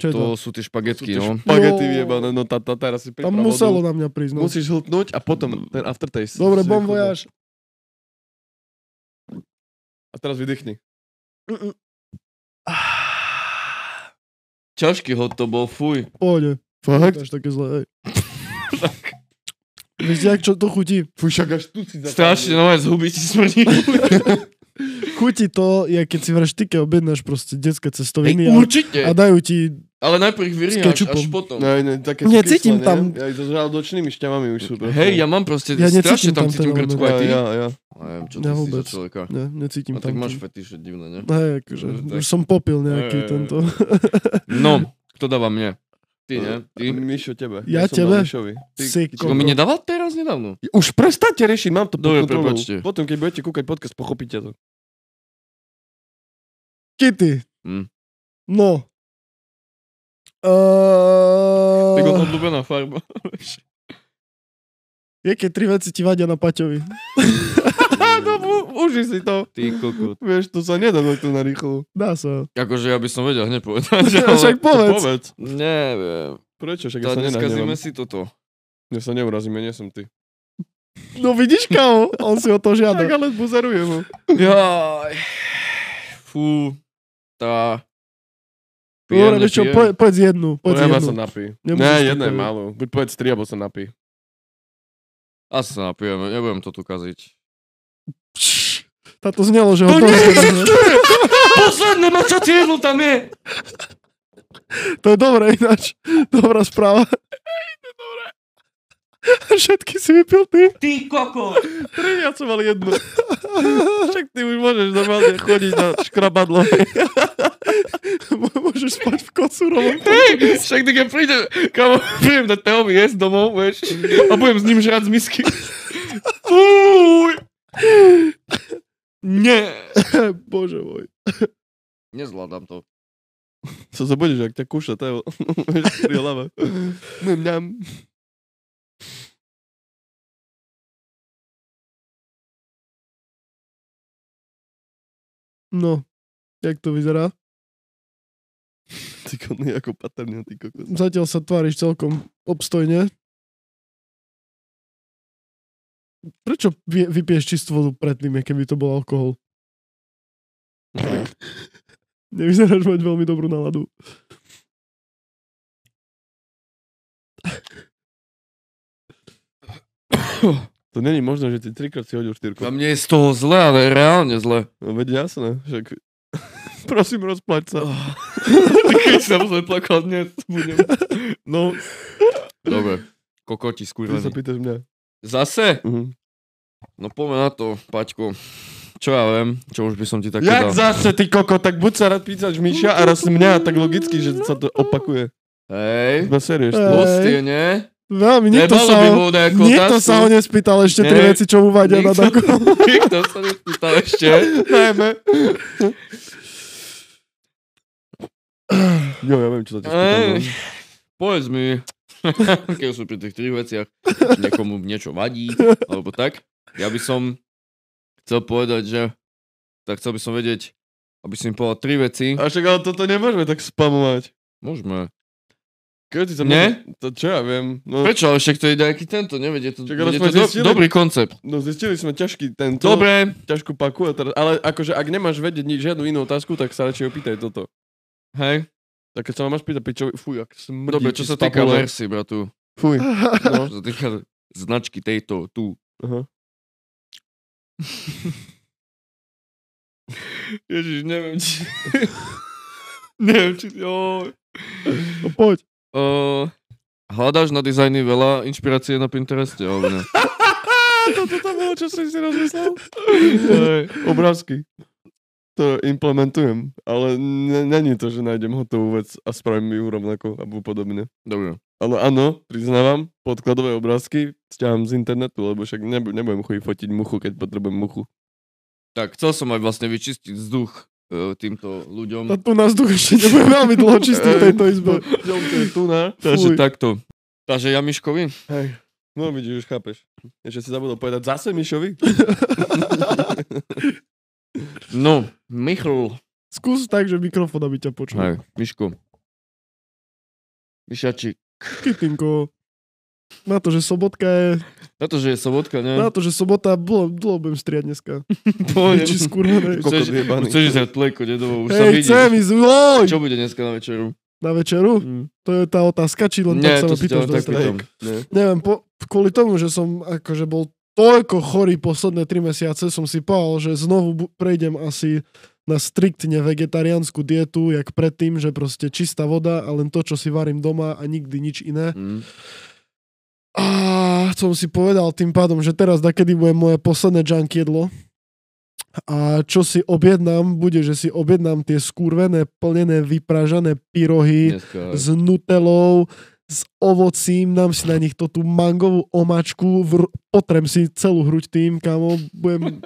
Speaker 1: Čo je to?
Speaker 4: To sú tie špagetky,
Speaker 3: Sú tie
Speaker 4: no.
Speaker 3: Spagety
Speaker 1: Jo.
Speaker 3: vyjebané, no tá, tá, teraz si
Speaker 1: Tam muselo na mňa prísť. No.
Speaker 3: Musíš hltnúť a potom ten aftertaste. Si
Speaker 1: Dobre, bon
Speaker 3: chudne.
Speaker 1: voyage.
Speaker 3: A teraz vydýchni.
Speaker 4: Ťažký hod to bol, fuj.
Speaker 1: Pôjde.
Speaker 4: No,
Speaker 3: Fakt?
Speaker 1: Až také zlé, hej. Viete, jak čo to chutí?
Speaker 3: Fuj, však až tu si zapadne.
Speaker 4: Strašne nové zhuby ti smrdí.
Speaker 1: Chutí to, je, keď si v reštike objednáš proste detské
Speaker 4: Hej,
Speaker 1: cestoviny a, a
Speaker 4: Určite.
Speaker 1: dajú ti...
Speaker 4: Ale najprv ich
Speaker 1: S
Speaker 4: vyriaš,
Speaker 1: kečupom.
Speaker 4: až potom.
Speaker 3: No, ne, také skyslené,
Speaker 1: Nie, cítim tam.
Speaker 3: Aj so žaldočnými šťavami už sú. proste.
Speaker 4: Hej, ja mám proste,
Speaker 1: Ja
Speaker 4: strašne
Speaker 1: necítim
Speaker 4: tam
Speaker 1: tam ten
Speaker 4: cítim
Speaker 1: element.
Speaker 4: grcku
Speaker 3: ja,
Speaker 4: aj ty. No,
Speaker 3: ja, ja.
Speaker 4: Neviem, čo
Speaker 1: Ja
Speaker 4: ty si za
Speaker 1: vôbec.
Speaker 4: človeka.
Speaker 1: Ne, necítim
Speaker 4: A
Speaker 1: tam.
Speaker 4: tak máš
Speaker 1: ten-
Speaker 4: fetiše divné, ne?
Speaker 1: Hej, akože,
Speaker 4: Že tak.
Speaker 1: už som popil nejaký
Speaker 4: Hej, hej,
Speaker 1: tento.
Speaker 4: No, kto dáva mne? Ty, ne? Ty?
Speaker 3: Mišo, tebe.
Speaker 1: Ja
Speaker 3: som
Speaker 1: tebe?
Speaker 3: dal Mišovi. Ty,
Speaker 1: Si
Speaker 3: ty-
Speaker 4: Ko mi nedával teraz nedávno?
Speaker 3: Už prestaňte rešiť, mám to
Speaker 4: Dobre,
Speaker 3: pod kontrolou.
Speaker 4: prepáčte.
Speaker 3: Potom, keď budete kúkať podcast, pochopíte to.
Speaker 1: Kitty.
Speaker 4: Hm.
Speaker 1: No.
Speaker 4: Tak on
Speaker 1: Uh,
Speaker 4: obľúbená farba.
Speaker 1: jaké tri veci ti vadia na Paťovi?
Speaker 3: No, u- uži si to.
Speaker 4: Ty kokot.
Speaker 3: Vieš, to sa nedá takto na rýchlo.
Speaker 1: Dá sa.
Speaker 4: Akože ja by som vedel hneď povedať. ale-
Speaker 1: Však povedz.
Speaker 3: Povedz.
Speaker 4: Neviem.
Speaker 3: Prečo? Však ja
Speaker 4: Tá,
Speaker 3: sa
Speaker 4: neskazíme
Speaker 3: nenahnevam.
Speaker 4: si toto.
Speaker 3: Ja sa neurazím, ja nie som ty.
Speaker 1: No vidíš, kámo? On si o to
Speaker 3: Tak
Speaker 1: žiada.
Speaker 3: ale buzerujem ho.
Speaker 4: Jaj. Fú. Tá.
Speaker 1: Dobre, vieš čo, po, povedz jednu. Povedz
Speaker 3: Poďme
Speaker 1: jednu.
Speaker 3: sa napí.
Speaker 1: Nemusíš
Speaker 3: Ne,
Speaker 1: to
Speaker 3: jedna je
Speaker 1: povedať.
Speaker 3: málo. Buď povedz tri, alebo sa napí.
Speaker 4: Asi sa napijeme, nebudem to tu kaziť.
Speaker 1: Pš, Táto znelo, že ho
Speaker 2: To nie
Speaker 1: dobre-
Speaker 2: existuje! Posledné mačacie jedlo tam je!
Speaker 1: To je dobré ináč. Dobrá správa. Všetky si vypil ty.
Speaker 2: Ty koko!
Speaker 3: Tri, ja som mal jednu. Však ty už môžeš normálne chodiť na škrabadlo.
Speaker 1: Môžeš spať v kocurovom.
Speaker 4: Hej, však keď príde, kamo, prídem na Teovi jesť domov, vieš, a budem s ním žrať z misky. Fúj. Nie.
Speaker 1: Bože môj.
Speaker 4: Nezvládam to.
Speaker 3: Co sa budeš, ak ťa kúša, to je pri hlave. Mňam, mňam.
Speaker 1: No, jak to vyzerá?
Speaker 3: Ty koný ako patrný, ty kokos.
Speaker 1: Zatiaľ sa tváriš celkom obstojne. Prečo vie- vypiješ čistú vodu predtým, keby to bol alkohol? Nevyzeráš mať veľmi dobrú náladu.
Speaker 3: To není možné, že ty trikrát si hodil štyrku.
Speaker 4: A mne je z toho zle, ale reálne zle.
Speaker 3: No veď jasné, však... Prosím, rozplať sa.
Speaker 4: Keď som zle plakal, dnes budem. No. Dobre.
Speaker 3: Ty
Speaker 4: Kokoti,
Speaker 3: sa
Speaker 4: skurvený.
Speaker 3: pýtaš mňa.
Speaker 4: Zase?
Speaker 3: Mhm.
Speaker 4: No poďme na to, Paťko. Čo ja viem, čo už by som ti také
Speaker 3: Jak
Speaker 4: dal.
Speaker 3: zase, ty koko, tak buď sa rád pýtaš Miša a raz mňa, tak logicky, že sa to opakuje.
Speaker 4: Hej.
Speaker 3: Na serieš,
Speaker 1: Hej.
Speaker 3: to.
Speaker 4: Hostie, nie?
Speaker 1: Veľmi, nikto
Speaker 4: Nebolo
Speaker 1: sa
Speaker 4: by
Speaker 1: ho,
Speaker 4: mu nejakú
Speaker 1: nikto
Speaker 4: otázku.
Speaker 1: sa ho nespýtal ešte tri
Speaker 4: Ne,
Speaker 1: veci, čo mu vadia na
Speaker 4: nikto-
Speaker 1: daku.
Speaker 4: Nikto sa nespýtal ešte.
Speaker 3: Najmä. Jo, ja viem, čo sa ti spýtam. no.
Speaker 4: Ej, povedz mi, keď sú pri tých tých veciach, či niekomu niečo vadí, alebo tak. Ja by som chcel povedať, že tak chcel by som vedieť, aby si mi povedal tri veci.
Speaker 3: no. A však, ale toto nemôžeme tak spamovať.
Speaker 4: Môžeme.
Speaker 3: Keď sa
Speaker 4: Nie?
Speaker 3: môže- To čo ja viem. No,
Speaker 4: Prečo? Ale však to je nejaký tento, neviem, je to,
Speaker 3: Čak,
Speaker 4: je
Speaker 3: rozpoď
Speaker 4: to do,
Speaker 3: zistili?
Speaker 4: dobrý koncept.
Speaker 3: no zistili sme ťažký tento,
Speaker 4: Dobre,
Speaker 3: ťažkú paku. A teraz, ale akože ak nemáš vedieť ni- žiadnu inú otázku, tak sa radšej opýtaj toto.
Speaker 4: hej.
Speaker 3: Tak keď sa ma máš pýtať, pičovi, fuj, ak smrdí.
Speaker 4: Dobre, čo
Speaker 3: ti z
Speaker 4: sa týka
Speaker 3: papule.
Speaker 4: versy, bratu.
Speaker 3: Fuj.
Speaker 4: No. Čo sa týka značky tejto, tu.
Speaker 3: Aha.
Speaker 4: Ježiš, neviem, či... neviem, či... Oh.
Speaker 1: No poď.
Speaker 4: Uh, hľadáš na dizajny veľa inšpirácie na Pintereste, alebo ne?
Speaker 3: Toto to bolo, čo som si rozmyslel. Obrázky. To implementujem, ale n- není to, že nájdem hotovú vec a spravím ju rovnako alebo podobne.
Speaker 4: Dobre.
Speaker 3: Ale áno, priznávam, podkladové obrázky stiaham z internetu, lebo však neb- nebudem chodiť fotiť muchu, keď potrebujem muchu.
Speaker 4: Tak, chcel som aj vlastne vyčistiť vzduch uh, týmto
Speaker 1: Tá
Speaker 4: ľuďom.
Speaker 1: tu nás duch ešte nebude veľmi dlho čistý v tejto izbe.
Speaker 3: Ďom, to je tu na.
Speaker 4: Takže
Speaker 1: Fuj.
Speaker 4: takto. Takže ja Miškovi?
Speaker 3: Hej. No vidíš, už chápeš. Ešte si zabudol povedať zase Mišovi.
Speaker 4: No, Michal.
Speaker 1: Skús tak, že mikrofón, aby ťa počul.
Speaker 4: Hej, Miško. Mišačik.
Speaker 1: Kytinko. Na to, že sobotka je...
Speaker 4: Na to, že je sobotka, ne?
Speaker 1: Na to, že sobota, bolo, dlho budem striať dneska.
Speaker 4: to
Speaker 1: Či skurvené.
Speaker 4: Chceš,
Speaker 3: Kokot jebaný.
Speaker 4: chceš ísť hrať plejko, dedovo, už sa
Speaker 1: Hej,
Speaker 4: vidíš.
Speaker 1: chcem ísť, loj!
Speaker 4: Čo bude dneska na večeru?
Speaker 1: Na večeru?
Speaker 4: Mm.
Speaker 1: To je tá otázka, či len
Speaker 4: Nie, to
Speaker 1: no, tak sa
Speaker 4: si
Speaker 1: ma
Speaker 4: ťa
Speaker 1: pýtaš
Speaker 4: len tak
Speaker 1: dobre.
Speaker 4: pýtam.
Speaker 3: Ne.
Speaker 1: Neviem, po, kvôli tomu, že som akože bol toľko chorý posledné 3 mesiace, som si povedal, že znovu bu- prejdem asi na striktne vegetariánsku dietu, jak predtým, že proste čistá voda a len to, čo si varím doma a nikdy nič iné.
Speaker 4: Mm.
Speaker 1: A som si povedal tým pádom, že teraz dakedy bude moje posledné junk jedlo. A čo si objednám, bude, že si objednám tie skurvené, plnené, vypražané pyrohy
Speaker 4: Dneska.
Speaker 1: s nutelou, s ovocím, dám si na nich to tú mangovú omáčku, vr- potrem si celú hruď tým, kamo, budem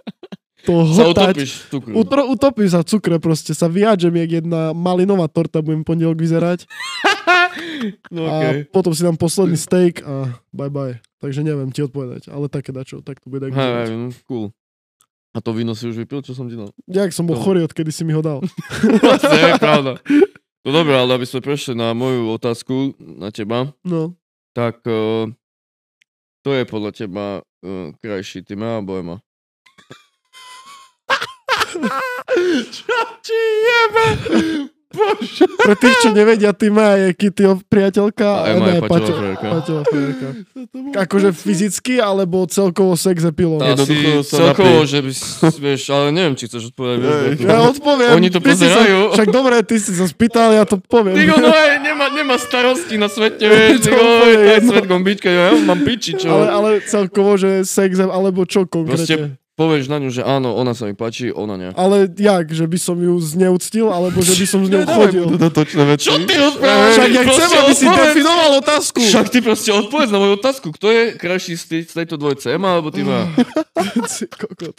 Speaker 1: to
Speaker 4: Sa
Speaker 1: hotať.
Speaker 4: utopíš v cukru.
Speaker 1: Utro, utopím sa v cukre proste, sa vyjadžem jak jedna malinová torta, budem pondelok vyzerať
Speaker 4: No,
Speaker 1: okay. a potom si dám posledný steak a bye bye. Takže neviem ti odpovedať, ale také dačo, tak to bude tak
Speaker 4: Hej, hej,
Speaker 1: vyzerať.
Speaker 4: no, cool. A to víno si už vypil, čo som ti dal?
Speaker 1: Jak som bol
Speaker 4: No.
Speaker 1: chorý, odkedy si mi ho dal.
Speaker 4: to je pravda. No dobré, ale aby sme prešli na moju otázku, na teba,
Speaker 1: No,
Speaker 4: tak uh, to je podľa teba uh, krajší Tima alebo Ema?
Speaker 1: pre tých, čo nevedia, ty má je Kitty
Speaker 4: A
Speaker 1: priateľka eh,
Speaker 4: Ema je Paťová frajerka.
Speaker 1: Paťová frajerka. Akože fyzicky, alebo celkovo sex appealom?
Speaker 4: Tá si
Speaker 3: Jednoducho sa
Speaker 4: celkovo,
Speaker 3: napij.
Speaker 4: že by si, vieš, ale neviem, či chceš odpovedať. vieš,
Speaker 3: Hej.
Speaker 4: na to.
Speaker 1: Ja odpoviem.
Speaker 4: Oni to
Speaker 1: Ty si sa-
Speaker 4: pozerajú.
Speaker 1: Však dobre, ty si sa spýtal, ja to poviem.
Speaker 4: Ty go, no aj, nemá, nemá starosti na svete, vieš,
Speaker 1: To
Speaker 4: ty go,
Speaker 1: úplne
Speaker 4: to je
Speaker 1: jedno.
Speaker 4: svet gombička, ja mám piči, čo?
Speaker 1: ale, ale celkovo, že sex, alebo čo konkrétne.
Speaker 4: Proste- Povieš na ňu, že áno, ona sa mi páči, ona nie.
Speaker 1: Ale jak, že by som ju zneuctil, alebo že by som s ňou
Speaker 3: Dávaj mu
Speaker 1: chodil.
Speaker 3: Toto točné veci.
Speaker 4: Čo ty rozprávaš?
Speaker 1: Však ja chcem,
Speaker 4: Proste
Speaker 1: aby si
Speaker 4: odpovedz.
Speaker 1: definoval otázku.
Speaker 4: Však ty proste odpovedz na moju otázku. Kto je krajší z, tej- z tejto dvojce? Ema alebo
Speaker 1: Mm.
Speaker 4: Tima?
Speaker 1: Si kokot.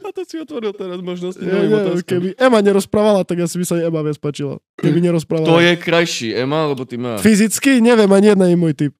Speaker 3: A to si otvoril teraz možnosti.
Speaker 1: Ja, neviem, keby Ema nerozprávala, tak asi by sa jej Ema viac páčila. Keby nerozprávala.
Speaker 4: Kto je krajší? Ema alebo Tima?
Speaker 1: Fyzicky neviem, ani jedna je môj typ.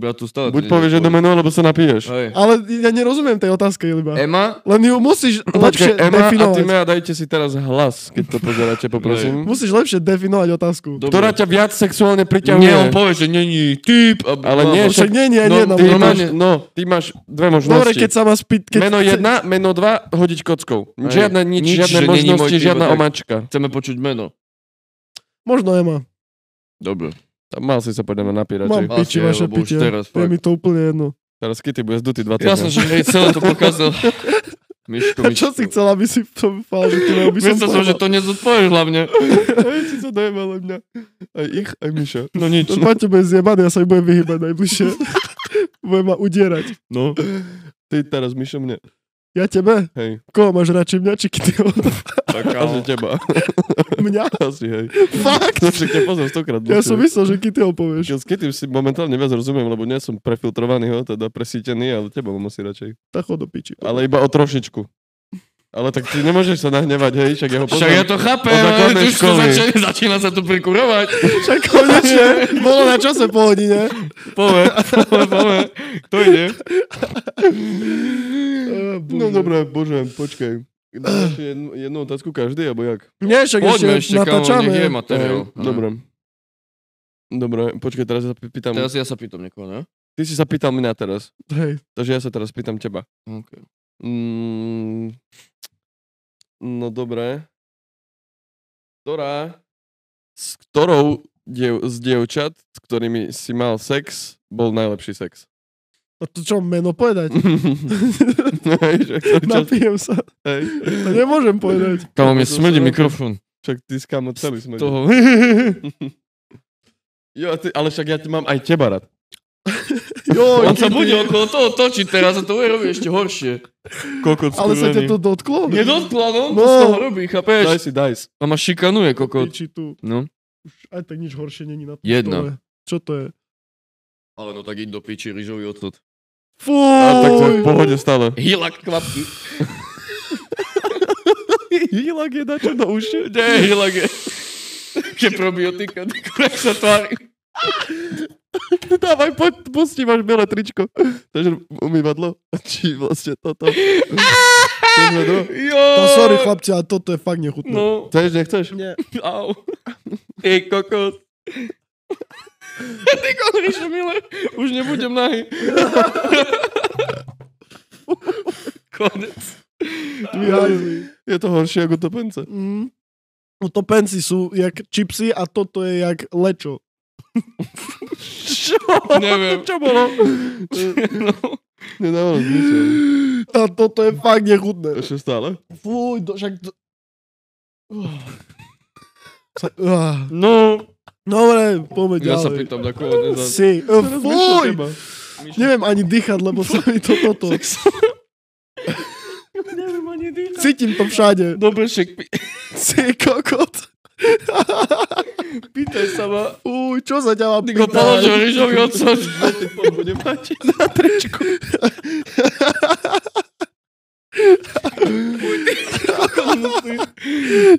Speaker 4: Bratu, stále
Speaker 3: Buď
Speaker 4: to
Speaker 3: povieš jedno
Speaker 4: neodpovedz.
Speaker 3: meno, alebo sa napiješ.
Speaker 4: Hej.
Speaker 1: Ale ja nerozumiem tej otázke, iba.
Speaker 4: Ema?
Speaker 1: Len ju musíš No, lepšie
Speaker 3: Emma No a
Speaker 1: definovať.
Speaker 3: Timea, dajte si teraz hlas, keď to pozeráte, poprosím.
Speaker 1: Musíš lepšie definovať otázku.
Speaker 4: Dobre.
Speaker 3: Ktorá ťa viac sexuálne priťahuje?
Speaker 4: Nie, on povie, že není typ. A...
Speaker 3: Ale nie,
Speaker 1: Však nie, nie,
Speaker 3: no,
Speaker 1: nie.
Speaker 3: ty
Speaker 1: no,
Speaker 3: máš,
Speaker 4: normálne.
Speaker 3: no, ty máš dve možnosti.
Speaker 1: Dobre, keď sa ma spýt... Keď
Speaker 3: meno
Speaker 1: chce-
Speaker 3: jedna, meno dva, hodiť kockou.
Speaker 4: Hej.
Speaker 3: Žiadne nič,
Speaker 4: Nič,
Speaker 3: žiadne
Speaker 4: že není môj
Speaker 3: možnosti,
Speaker 4: typ,
Speaker 3: žiadna
Speaker 4: tak.
Speaker 3: omačka.
Speaker 4: Chceme počuť meno.
Speaker 1: Možno Ema.
Speaker 4: Dobre.
Speaker 3: Tam mal si sa podľa mňa napírať. že?
Speaker 1: Mám
Speaker 4: asi
Speaker 1: piči
Speaker 4: je,
Speaker 1: vaše
Speaker 4: lebo už
Speaker 1: piče.
Speaker 4: teraz
Speaker 1: je
Speaker 4: fakt.
Speaker 1: mi to úplne jedno.
Speaker 3: Teraz Kitty bude zdutý 20
Speaker 4: Jasné, že hej, celé to pokazal. Miško,
Speaker 1: A čo si chcel, aby si to vypal, že tebe by som
Speaker 4: Myslel som, že to nezodpovieš hlavne.
Speaker 3: si sa dojemal mňa. Aj ich, aj Miša.
Speaker 4: No nič.
Speaker 1: Ten Paťo bude zjebaný, ja sa im budem vyhybať najbližšie. budem ma udierať.
Speaker 3: No. Ty teraz, Mišo, mne.
Speaker 1: Ja tebe?
Speaker 3: Hej.
Speaker 1: Koho máš radšej, mňa či Kittyho?
Speaker 4: Tak,
Speaker 3: Asi teba.
Speaker 1: mňa?
Speaker 3: Asi, hej.
Speaker 1: Fakt?
Speaker 3: No však ťa poznám stokrát.
Speaker 1: Ja som myslel, že Kittyho povieš.
Speaker 3: že s Kitty si momentálne viac rozumiem, lebo nie som prefiltrovaný ho, teda presítený, ale teba mám asi radšej.
Speaker 1: Tak chod do piči.
Speaker 3: Ale iba o trošičku. Ale tak ty nemôžeš sa nahnevať, hej, však ja ho poznám.
Speaker 4: Však ja to chápem,
Speaker 3: Od
Speaker 4: ale
Speaker 3: základnej
Speaker 4: už to
Speaker 3: školy.
Speaker 4: začína, začína sa tu prikurovať.
Speaker 1: Však konečne, bolo na čase po hodine.
Speaker 4: Pove, pove, pove. To ide.
Speaker 1: Eh,
Speaker 3: No
Speaker 4: No
Speaker 1: bože. Mhm.
Speaker 3: dobré, No, bože, počkaj. Dáme ešte jednu, jednu otázku každý, alebo jak?
Speaker 1: Nie, však ešte,
Speaker 4: Poďme ešte, kámo,
Speaker 1: natáčame.
Speaker 4: nech je materiál.
Speaker 3: Hej, Dobre. Dobre, počkaj, teraz ja sa pýtam.
Speaker 4: Teraz ja sa pýtam niekoho, ne?
Speaker 3: Ty si sa pýtal mňa teraz,
Speaker 1: e, Hej.
Speaker 3: takže ja sa teraz pýtam teba.
Speaker 4: Okay.
Speaker 3: Mm, no dobré. Ktorá, s ktorou diev, z dievčat, s ktorými si mal sex, bol najlepší sex?
Speaker 1: A no to čo, meno povedať?
Speaker 3: Hej, že ktorý čas-
Speaker 1: Napijem sa. no
Speaker 3: hej.
Speaker 1: To nemôžem povedať.
Speaker 4: Kámo, mne
Speaker 3: To sú
Speaker 4: smrdí
Speaker 3: srandy.
Speaker 4: mikrofón.
Speaker 3: Však ty s kámo celý sme.
Speaker 4: Toho.
Speaker 3: Jo, a ty, ale však ja ti mám aj teba rád.
Speaker 1: Jo,
Speaker 4: On sa
Speaker 1: kedy-
Speaker 4: bude okolo toho točiť teraz a to bude robiť ešte horšie. Kokot
Speaker 1: Ale sa ťa to dotklo?
Speaker 4: Nedotkla, no?
Speaker 1: No.
Speaker 4: To z toho robí,
Speaker 3: Daj
Speaker 4: chápeš?
Speaker 3: si, daj si.
Speaker 4: A ma šikanuje, kokot.
Speaker 1: Piči tu.
Speaker 4: No.
Speaker 1: Už aj tak nič horšie není na to.
Speaker 4: Jedna.
Speaker 1: Dole. Čo to je?
Speaker 4: Ale no tak iď do piči, rýžový odtud.
Speaker 1: Fuj!
Speaker 3: A tak to je v pohode stále.
Speaker 4: Hilak kvapky.
Speaker 3: Hilak je dačo do uši.
Speaker 4: Kde je hilak? je? Ke probiotika, ty kurák sa tvári.
Speaker 3: Dávaj, poď, pustí, máš biele tričko. Takže umývadlo. Či vlastne toto. Chceš na dru-
Speaker 4: Jo.
Speaker 1: No, sorry chlapci, ale toto je fakt nechutné.
Speaker 4: No,
Speaker 3: Chceš, nechceš?
Speaker 1: Nie.
Speaker 4: au. Ty kokot. Ty kokot, Miller, už nebudem nahý. Konec.
Speaker 1: Vyhazli.
Speaker 3: Je to horšie ako topence.
Speaker 1: Mm. Utopenci sú jak čipsy a toto je jak lečo.
Speaker 3: Čo?
Speaker 4: Neviem.
Speaker 3: Čo bolo? No. Nedávalo zmysel.
Speaker 1: A toto je fakt nechutné.
Speaker 3: Ešte stále?
Speaker 1: Fuj, do, však... To... Sa- Ah.
Speaker 3: No.
Speaker 1: Dobre, poďme ďalej.
Speaker 4: Ja sa pýtam na koho nezá...
Speaker 1: Si, eh, fuj! Neviem ani dýchať, lebo sa mi to toto.
Speaker 4: Neviem ani dýchať.
Speaker 1: Cítim to všade.
Speaker 4: Dobre, však pý-
Speaker 1: Si kokot.
Speaker 4: pýtaj sa ma.
Speaker 1: Uj, čo sa ťa mám
Speaker 4: Ty ho položil rýžový odsad.
Speaker 3: Bude mať.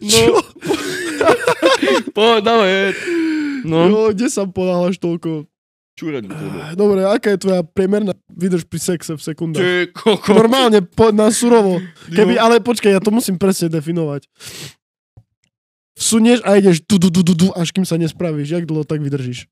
Speaker 1: Čo?
Speaker 4: Poď, dávaj. No.
Speaker 1: Jo, kde sa ponáhľaš toľko?
Speaker 3: Čúrať by to bolo.
Speaker 1: Dobre, aká je tvoja priemerná vydrž pri sexe v sekundách?
Speaker 4: Ty kokot.
Speaker 1: Normálne, po, na surovo. Keby, ale počkaj, ja to musím presne definovať. Vsunieš a ideš tu, tu, tu, tu, tu, až kým sa nespravíš. Jak dlho tak vydržíš?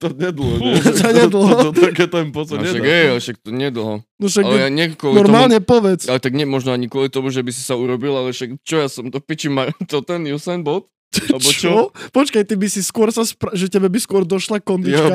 Speaker 3: To nedlho, ne?
Speaker 1: To nedlho.
Speaker 3: To, to, to, také tempo sa
Speaker 4: A No, však
Speaker 3: nedá.
Speaker 4: je, a však to nedlho.
Speaker 1: No však
Speaker 4: Ale ja niekoho
Speaker 1: normálne povedz.
Speaker 4: Ale tak nie, možno ani kvôli tomu, že by si sa urobil, ale však čo ja som, to piči ma, to ten Usain Bolt? Alebo čo?
Speaker 1: Čo? Počkaj, ty by si skôr sa spra- že tebe by skôr došla kondička.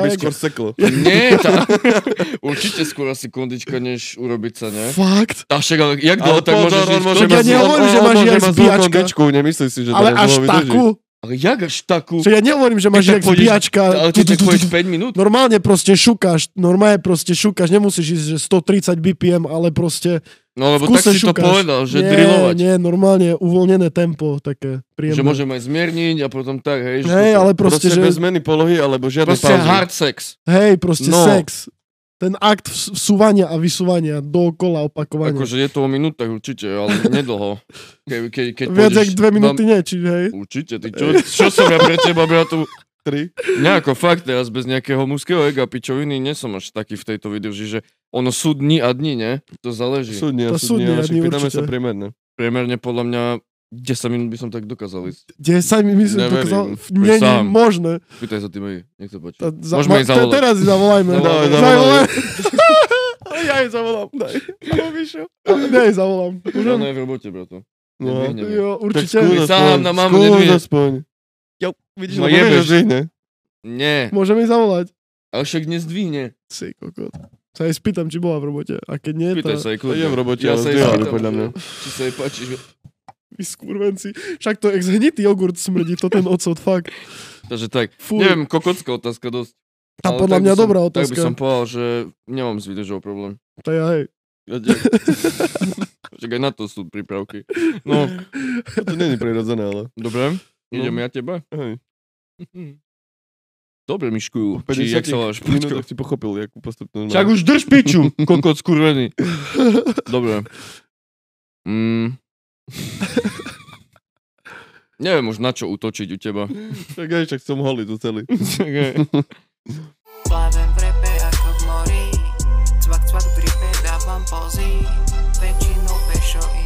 Speaker 3: Ja by
Speaker 1: jak-
Speaker 3: skôr seklo.
Speaker 4: Nie, tá, určite skôr asi kondička, než urobiť sa, ne?
Speaker 1: Fakt?
Speaker 4: A však, ale jak dlho tak môžeš ísť?
Speaker 1: môže mať- Ja nehovorím, že máš jak zbíjačka.
Speaker 3: Kondičku, nemyslíš si, že to
Speaker 1: Ale
Speaker 3: na
Speaker 1: až
Speaker 3: dlho vydrží.
Speaker 1: takú?
Speaker 4: Ale jak až takú?
Speaker 1: Čo ja nehovorím, že máš
Speaker 4: Keď tak
Speaker 1: jak
Speaker 4: pôjdeš-
Speaker 1: zbíjačka.
Speaker 4: Ale
Speaker 1: tu,
Speaker 4: keď
Speaker 1: tu,
Speaker 4: tak
Speaker 1: tu, tu,
Speaker 4: pôjdeš
Speaker 1: tu.
Speaker 4: 5 minút? No,
Speaker 1: Normálne proste šukáš, normálne proste šukáš, nemusíš ísť, že 130 BPM, ale proste
Speaker 4: No lebo
Speaker 1: v
Speaker 4: tak
Speaker 1: kuse
Speaker 4: si to
Speaker 1: šukáš.
Speaker 4: povedal, že
Speaker 1: nie,
Speaker 4: drillovať.
Speaker 1: Nie, normálne uvoľnené tempo, také príjemné.
Speaker 4: Že môžem aj zmierniť a potom tak, hej. že
Speaker 1: Hej,
Speaker 4: toto-
Speaker 1: ale proste,
Speaker 3: Proste
Speaker 1: že,
Speaker 3: bez zmeny polohy, alebo žiadne
Speaker 4: Proste
Speaker 3: pauzy.
Speaker 4: hard sex.
Speaker 1: hej, proste
Speaker 4: No.
Speaker 1: sex. Ten akt vs- vsúvania a vysúvania dookola opakovania.
Speaker 4: Akože je to o minútach určite, ale nedlho. Ke, ke, keď
Speaker 1: Viac
Speaker 4: pôjdeš
Speaker 1: jak dve
Speaker 4: dva-
Speaker 1: minúty nie, či hej?
Speaker 4: Určite, ty čo, čo som ja pre teba, bratu?
Speaker 3: Tri.
Speaker 4: Nejako fakt, teraz bez nejakého mužského ega, pičoviny, nie som až taký v tejto vydrži, že ono sú dni a dni, ne? To záleží. Sú...
Speaker 3: Súdne,
Speaker 1: To
Speaker 3: súdne,
Speaker 1: súdne,
Speaker 3: ale však
Speaker 1: ani
Speaker 3: pýtame
Speaker 1: určite.
Speaker 3: sa priemerne.
Speaker 4: Priemerne podľa mňa 10 minút by som tak dokázal ísť.
Speaker 1: 10 mi myslím,
Speaker 3: Neverím.
Speaker 1: dokázal,
Speaker 4: Veď
Speaker 1: není
Speaker 4: sám.
Speaker 1: možné.
Speaker 4: Pýtaj sa tým aj, nech sa páči.
Speaker 1: Tá, za,
Speaker 4: Môžeme jej
Speaker 1: te-
Speaker 4: zavolať.
Speaker 1: Teraz jej
Speaker 3: No,
Speaker 1: zavolajme.
Speaker 4: Zavolaj,
Speaker 3: zavolaj.
Speaker 1: Zavolaj. ja jej zavolám, daj. Ja jej zavolám. Môžem?
Speaker 4: Ono je v robote, brato.
Speaker 3: No.
Speaker 4: Nedvihne mi.
Speaker 1: Jo, určite.
Speaker 3: Tak skús
Speaker 4: Sám
Speaker 3: aspoň,
Speaker 4: na mamu
Speaker 3: skús
Speaker 4: nedvihne.
Speaker 3: aspoň. Jo, vidíš,
Speaker 4: No
Speaker 3: lebo vieš,
Speaker 4: jebeš.
Speaker 3: že zvihne.
Speaker 4: Nie,
Speaker 1: Môžeme jej zavolať.
Speaker 4: ale však nezdvihne.
Speaker 1: Si kokot. Sa jej spýtam, či bola v robote. A keď nie,
Speaker 4: Pýtaj
Speaker 1: tá...
Speaker 4: sa aj
Speaker 3: To
Speaker 4: kľudne.
Speaker 3: je v robote,
Speaker 4: ja
Speaker 3: ale
Speaker 4: sa jej
Speaker 3: zdvihla by
Speaker 4: spýtam,
Speaker 3: podľa mňa.
Speaker 4: Či sa jej páči, že...
Speaker 1: Vy skurvenci. Však to exhnitý jogurt smrdí, to ten ocot, fakt.
Speaker 4: Takže tak,
Speaker 1: Fuj.
Speaker 4: neviem, kokotská otázka dosť.
Speaker 1: Tá
Speaker 4: ale
Speaker 1: podľa
Speaker 4: tak by
Speaker 1: mňa
Speaker 4: som-
Speaker 1: dobrá
Speaker 4: Tak by
Speaker 1: otázka.
Speaker 4: som povedal, že nemám s vydržou problém.
Speaker 1: Tá ja, hej.
Speaker 3: Ja ďakujem.
Speaker 4: Však aj na to sú prípravky. No,
Speaker 3: To není prirodzené, ale...
Speaker 4: dobre, idem
Speaker 3: No.
Speaker 4: ja teba.
Speaker 3: Hej.
Speaker 4: Dobre, Mišku,
Speaker 3: Po
Speaker 4: či jak sa voláš?
Speaker 3: 50 minútach si pochopil, jak postupne...
Speaker 4: Čak už drž piču, kokot skurvený. Dobre. Mm. Neviem už na čo útočiť u teba.
Speaker 3: Čak aj, čak som holý tu celý.
Speaker 5: Plavem v repe ako v mori Cvak, cvak v ripe dávam pozy Väčšinou pešo i